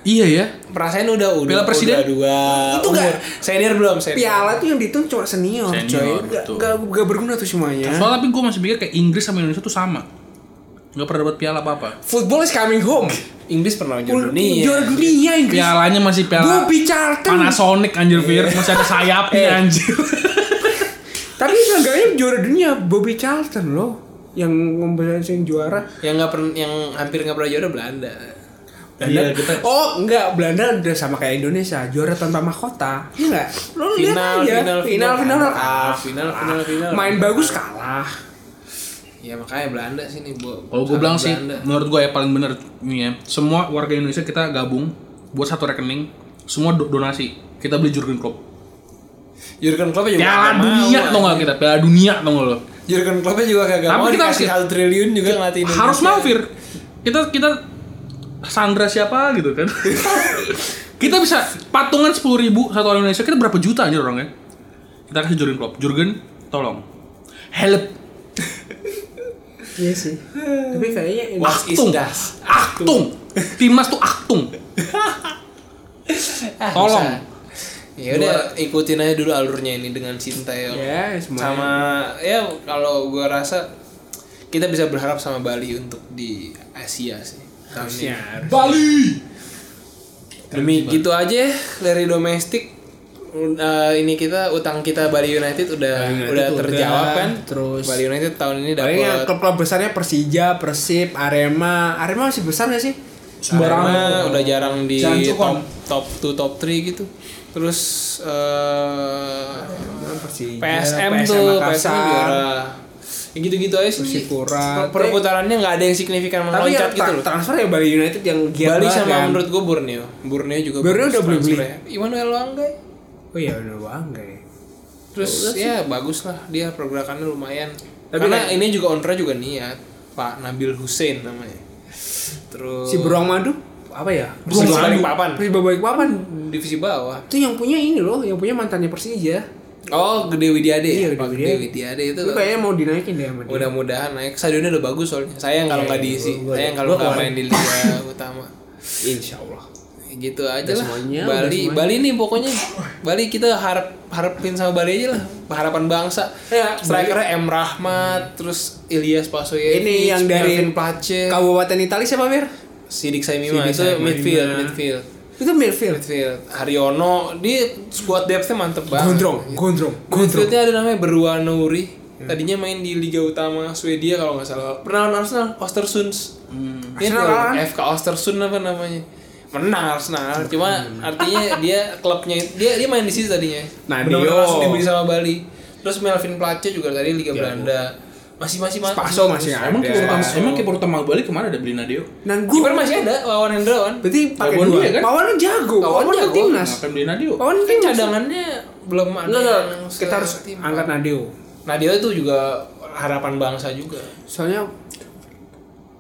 S3: Iya ya.
S1: perasaan udah udah
S3: Piala Presiden?
S1: udah dua
S2: Itu nggak-
S1: umur. senior belum senior
S2: Piala tuh yang dihitung cuma senior,
S3: Senior,
S2: coy. Nggak-
S3: betul.
S2: nggak- nggak berguna tuh semuanya.
S3: Soalnya tapi gue masih pikir kayak Inggris sama Indonesia tuh sama. Gak pernah dapat piala apa-apa.
S2: Football is coming home.
S1: Inggris pernah juara dunia
S2: Juara dunia Inggris.
S3: Pialanya masih piala
S2: Bobby
S1: kan-
S2: Charlton.
S3: Panasonic anjir Fir. Masih ada
S1: Eh.
S3: sayapnya anjir.
S2: Tapi seenggaknya juara dunia Bobby Charlton loh yang yang juara.
S1: yang nggak pernah yang hampir nggak pernah juara Belanda
S3: Iya, kita-
S2: Oh enggak Belanda udah sama kayak Indonesia juara tanpa mahkota. Iya enggak? Lo lihat
S1: Final,
S2: aja.
S1: final,
S2: final,
S1: final,
S2: final,
S1: kalah.
S2: ah,
S1: Final,
S2: kalah.
S1: final, final.
S2: Main bagus kalah.
S1: ya makanya Belanda sih nih bu
S3: Kalau gue Oh, bilang sih, menurut gue ya paling bener nih ya. Semua warga Indonesia kita gabung buat satu rekening, semua do- donasi. Kita beli Jurgen Klopp.
S1: Jurgen Klopp juga
S3: Piala
S1: Iya, nggak mau,
S3: dunia tau
S1: anjing.
S3: gak kita? Piala dunia tau gak lo?
S1: Jurgen Klopp juga kagak
S3: Tapi
S1: mau
S3: kita
S1: dikasih
S3: harus-
S1: satu triliun juga ngelatih Indonesia.
S3: harus mau Fir kita kita Sandra siapa
S1: *laughs*
S3: gitu kan kita bisa patungan sepuluh ribu satu orang Indonesia kita berapa juta aja orangnya kita kasih Jurgen Klopp Jurgen tolong help
S2: Iya sih. Tapi kayaknya ini-
S1: What is
S3: Aktung.
S1: das?
S3: aktung timnas tuh aktung
S1: *laughs* Ah,
S3: Tolong.
S1: bisa. Ya udah ikutin aja dulu alurnya ini dengan Sintayong.
S2: ya semuanya.
S1: sama ya kalau gua rasa kita bisa berharap sama Bali untuk di Asia sih. tahun ini.
S2: Harusnya.
S3: Bali
S1: Demi gitu aja dari domestik eh, ini kita utang kita Bali United udah
S2: Bali United
S1: udah
S2: udah,
S1: terjawab kan.
S2: terus-
S1: Bali United tahun ini
S2: Palingnya
S1: dapat
S2: klub-klub besarnya Persija, Persib, Arema. Arema masih besar gak sih?
S1: Arema udah jarang di
S3: Jangan cukon.
S1: top top 2 top 3 gitu. Terus eh
S2: Persija,
S1: PSM
S2: PSM
S1: tuh PSM
S2: Makassar.
S1: juara Ya gitu-gitu aja sih Per-
S2: Persipura.
S1: perputarannya nggak ada yang signifikan
S2: Tapi yang
S1: meloncat gitu
S2: tra-
S1: loh
S2: transfer ya Bali United yang giat
S1: Bali
S2: banget
S1: sama
S2: kan.
S1: menurut gue Borneo Borneo juga
S2: Borneo
S1: bagus
S2: udah beli-beli.
S1: transfernya. Immanuel Wanggai
S2: Oh iya bener banget ya.
S1: terus ya bagus lah dia pergerakannya lumayan
S2: Tapi kan-
S1: karena ini juga Ontra juga niat Pak Nabil Hussein namanya terus
S2: Si Beruang Madu apa ya?
S1: Beruang
S2: Persiba
S1: Madu.
S2: Balikpapan. Persiba Balikpapan.
S1: divisi bawah
S2: Itu yang punya ini loh, yang punya mantannya Persija.
S1: oh Gede Widiade
S2: Iya,
S1: ya?
S2: Gede
S1: Pak
S2: Widiade.
S1: Gede Widiade itu
S2: Itu kayaknya mau dinaikin deh sama dia.
S1: mudah-mudahan naik stadionnya udah bagus soalnya sayang kalau nggak diisi
S2: Iya, gua- gua-
S1: sayang
S2: gua
S1: kalau nggak
S2: keluar.
S1: main di
S2: *laughs*
S1: liga utama
S2: Insya Allah.
S1: gitu aja lah
S2: semuanya, udah
S1: Bali
S2: semuanya.
S1: Bali nih pokoknya Bali kita harap harapin sama Bali aja lah harapan bangsa
S2: Ya,
S1: strikernya M Rahmat terus Ilyas Pasoyevic
S2: Ini yang dari
S1: Melvin Place
S2: Kabupaten Itali siapa Mir?
S1: Sidik Saimima
S2: Sidik
S1: itu
S2: Saimima.
S1: midfield midfield
S2: Itu midfield.
S1: midfield Haryono dia squad depthnya mantep banget
S2: Gondrong, gondrong, gondrong.
S1: midfieldnya ada namanya Berua Nouri tadinya main di Liga Utama Swedia kalau nggak salah pernah lawan Arsenal Ostersunds Dia
S2: Arsenal
S1: tahu,
S2: kan? Hmm.
S1: FK Ostersund apa namanya menang Arsenal cuma artinya dia klubnya dia dia main di situ tadinya
S2: Nah,
S1: Bener-bener
S2: Dio.
S1: langsung dibeli sama Bali terus Melvin Place juga dari Liga Belanda masih masih masih
S2: Ya, Spaso masih ada.
S3: Ya,
S2: Nah,
S3: emang kiper utama
S1: Spaso.
S3: emang kiper utama Bali kemana ada beli Nadeo
S2: Nan gue
S1: kiper masih ada lawan kan? Hendrawan
S2: berarti pakai
S3: Lawan
S2: dua.
S3: dia kan?
S2: Pawan jago.
S1: Lawan
S2: Pawan ke
S1: jago.
S2: timnas.
S3: ngapain beli Nadeo
S2: Pawan
S1: kan
S2: timnas.
S1: cadangannya belum ada
S2: Enggak, enggak.
S1: yang
S2: Kita harus
S1: setimpal.
S2: angkat Nadeo.
S1: nah dia itu juga harapan bangsa juga
S2: Soalnya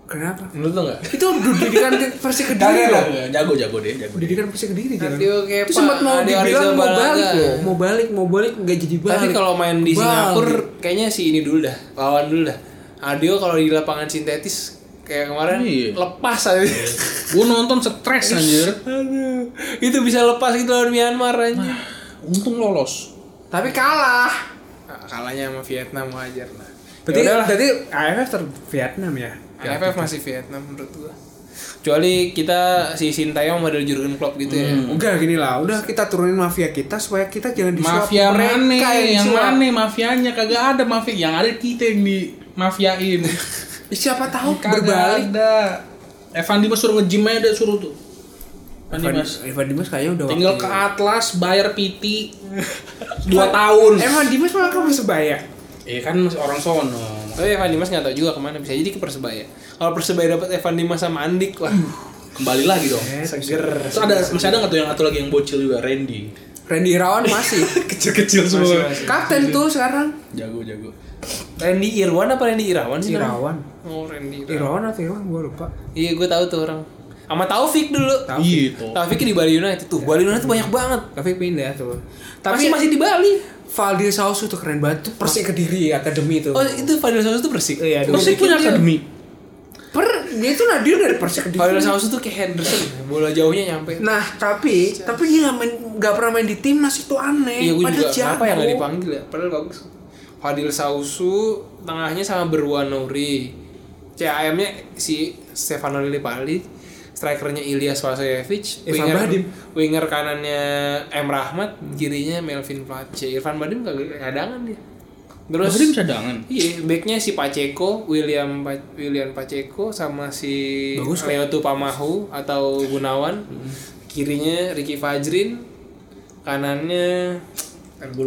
S2: kenapa?
S1: menurut lo nggak
S2: Itu pendidikan Persik Kediri loh.
S3: jago jago deh jago
S2: Pendidikan Persik Kediri jangan.
S1: Nadeo Kepa,
S2: Itu sempat mau
S1: Nadeo
S2: dibilang
S1: Ariza
S2: mau
S1: Balaga.
S2: balik loh, mau balik, mau balik nggak jadi balik.
S1: Tapi kalau main di
S2: Balik.
S1: Singapura kayaknya si ini dulu dah, lawan dulu dah. Adio kalau di lapangan sintetis kayak kemarin
S3: Iya.
S1: lepas aja.
S3: gue nonton stres anjir
S1: *laughs* Aduh, itu bisa lepas gitu lawan Myanmar aja.
S3: untung lolos
S2: tapi kalah.
S1: Ah, kalahnya sama Vietnam wajar lah.
S3: Ya
S2: Berarti
S1: Yaudahlah,
S2: berarti AFF ter Vietnam ya.
S1: AFF masih Vietnam menurut gua. Kecuali kita si Sintayong model Jurgen Klopp gitu ya.
S3: Hmm.
S2: Enggak gini lah, udah kita turunin mafia kita supaya kita jangan disuap
S3: Mafia
S2: mereka
S3: mana yang
S2: disuap.
S3: mana mafianya kagak ada mafia yang ada kita yang di mafiain.
S2: Ya, siapa tahu
S3: Kagak
S2: berbalik.
S3: ada. Evan Dimas suruh nge-gym aja dia suruh tuh. Evan
S2: Evan,
S3: Dimas.
S2: Evan Dimas kayaknya udah ya.
S3: Tinggal ke
S2: waktunya.
S3: Atlas, bayar *laughs* PT 2 tahun.
S2: Evan Dimas malah ke Persebaya.
S3: Iya kan masih orang sono.
S1: Tapi Evan Dimas nggak tahu juga kemana bisa jadi ke Persebaya. Kalau Persebaya dapat Evan Dimas sama Andik lah.
S2: Hmm.
S3: Kembali lagi dong.
S1: Eh, Seger.
S3: Terus ada masih ada nggak tuh yang satu lagi yang bocil juga Randy.
S2: Randy Irawan
S1: *laughs*
S2: masih.
S3: Kecil-kecil semua.
S1: Masih, masih.
S2: Kapten tuh sekarang.
S3: Jago jago.
S1: Randy Irwan apa Randy Irawan sih? namanya?
S2: Irawan.
S1: Oh Randy Irawan.
S2: Irawan atau Irawan gue lupa.
S1: Iya gue tahu tuh orang. Sama Taufik dulu.
S3: Gitu.
S1: Taufik di Bali United tuh. Bali United tuh banyak banget.
S2: Tapi pindah tuh.
S1: Tapi
S2: Tapi
S1: masih, di Bali.
S2: Valdir Sausu tuh keren banget tuh Persik Kediri akademi tuh.
S1: Oh itu Fadil Sausu tuh Persik.
S2: Iya, dulu.
S3: Persik punya akademi.
S2: Per dia tuh nadir dari Persik Kediri.
S1: Fadil Sausu tuh kayak Henderson. Bola jauhnya nyampe.
S2: Nah, tapi tapi dia nggak main nggak pernah main di timnas itu aneh.
S1: Iya gue
S2: Padahal
S1: juga. Kenapa
S2: jago.
S1: yang nggak dipanggil ya? Padahal bagus. Fadil Sausu tengahnya sama Berwan Nuri. CAM-nya si Stefano Lillipali. Strikernya Ilyas Vasojevic,
S2: Eh, Irfan Bahdim.
S1: winger kanannya M Rahmat, kirinya Melvin Place. Irfan Badim kagak cadangan dia. Terus
S3: Terus dia cadangan.
S1: Iya, backnya si Pacheco, William Pa- William Pacheco sama si
S2: Bagus,
S1: Leo Tupamahu atau Gunawan. Kirinya Ricky Fajrin, kanannya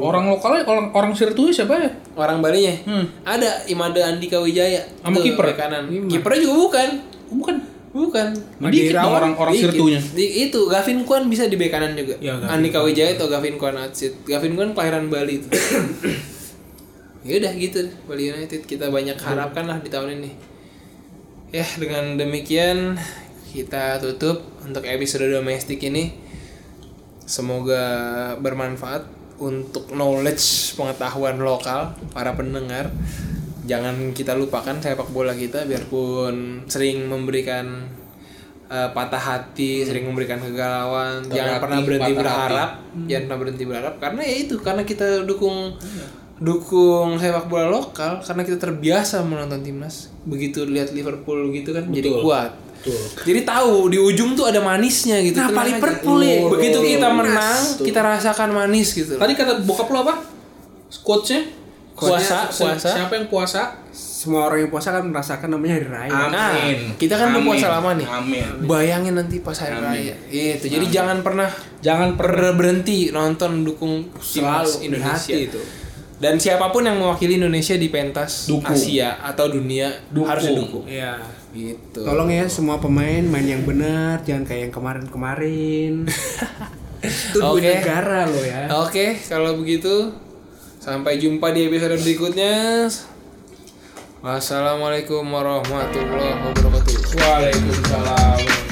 S3: Orang lokalnya orang orang Sirtuis siapa ya?
S1: orang Balinya.
S3: Hmm.
S1: Ada Imada Andika Wijaya
S3: Sama
S1: Tuh,
S3: kiper. Iya,
S1: bek kanan. Kipernya juga bukan.
S3: Oh, bukan.
S1: Bukan.
S3: Dikit dong orang orang
S1: Dikit.
S3: Sirtunya.
S1: Di- itu Gavin Kwan bisa di bek kanan juga.
S2: Ya, Gavin
S1: Andika Wijaya atau Gavin Kwan Atsit. Gavin Kwan kelahiran Bali itu. *coughs* ya udah gitu deh, Bali United kita banyak harapkan lah di tahun ini. Ya, dengan demikian kita tutup untuk episode domestik ini. Semoga bermanfaat untuk knowledge pengetahuan lokal para pendengar. Jangan kita lupakan sepak bola kita biarpun sering memberikan eh, patah hati, sering memberikan kegalauan, jangan
S3: hati,
S1: pernah berhenti
S3: Hmm. patah hati.
S1: berharap, jangan pernah berhenti berharap karena ya itu karena kita dukung dukung sepak bola lokal karena kita terbiasa menonton timnas. Begitu lihat Liverpool gitu kan jadi
S3: Betul.
S1: kuat.
S3: Betul.
S1: Jadi tahu di ujung tuh ada manisnya gitu.
S2: Nah,
S1: Tenang
S2: Liverpool
S1: aja.
S2: ya.
S1: Begitu
S2: Betul.
S1: kita
S2: Timnas.
S1: menang,
S3: Betul.
S1: kita rasakan manis gitu.
S3: Tadi kata bokap lo apa? Quotes-nya?
S1: Puasa,
S3: Se-
S1: puasa.
S3: Siapa yang puasa?
S2: semua orang yang puasa kan merasakan namanya hari raya.
S1: Nah, kita kan berpuasa lama nih.
S3: Amin.
S1: Bayangin nanti pas hari raya. Itu. Jadi jangan pernah
S3: Jangan per
S1: pernah berhenti nonton dukung timnas
S2: Selalu
S1: Indonesia
S2: hati itu.
S1: Dan siapapun yang mewakili Indonesia di pentas
S3: Dukung.
S1: Asia atau dunia
S3: Dukung.
S1: harus didukung.
S2: Iya.
S1: Gitu.
S2: Tolong ya semua pemain main yang benar, jangan kayak yang kemarin-kemarin. itu
S1: Oke.
S2: duit negara lo ya.
S1: Oke, kalau begitu sampai jumpa di episode berikutnya. Wassalamualaikum warahmatullahi wabarakatuh.
S3: Waalaikumsalam.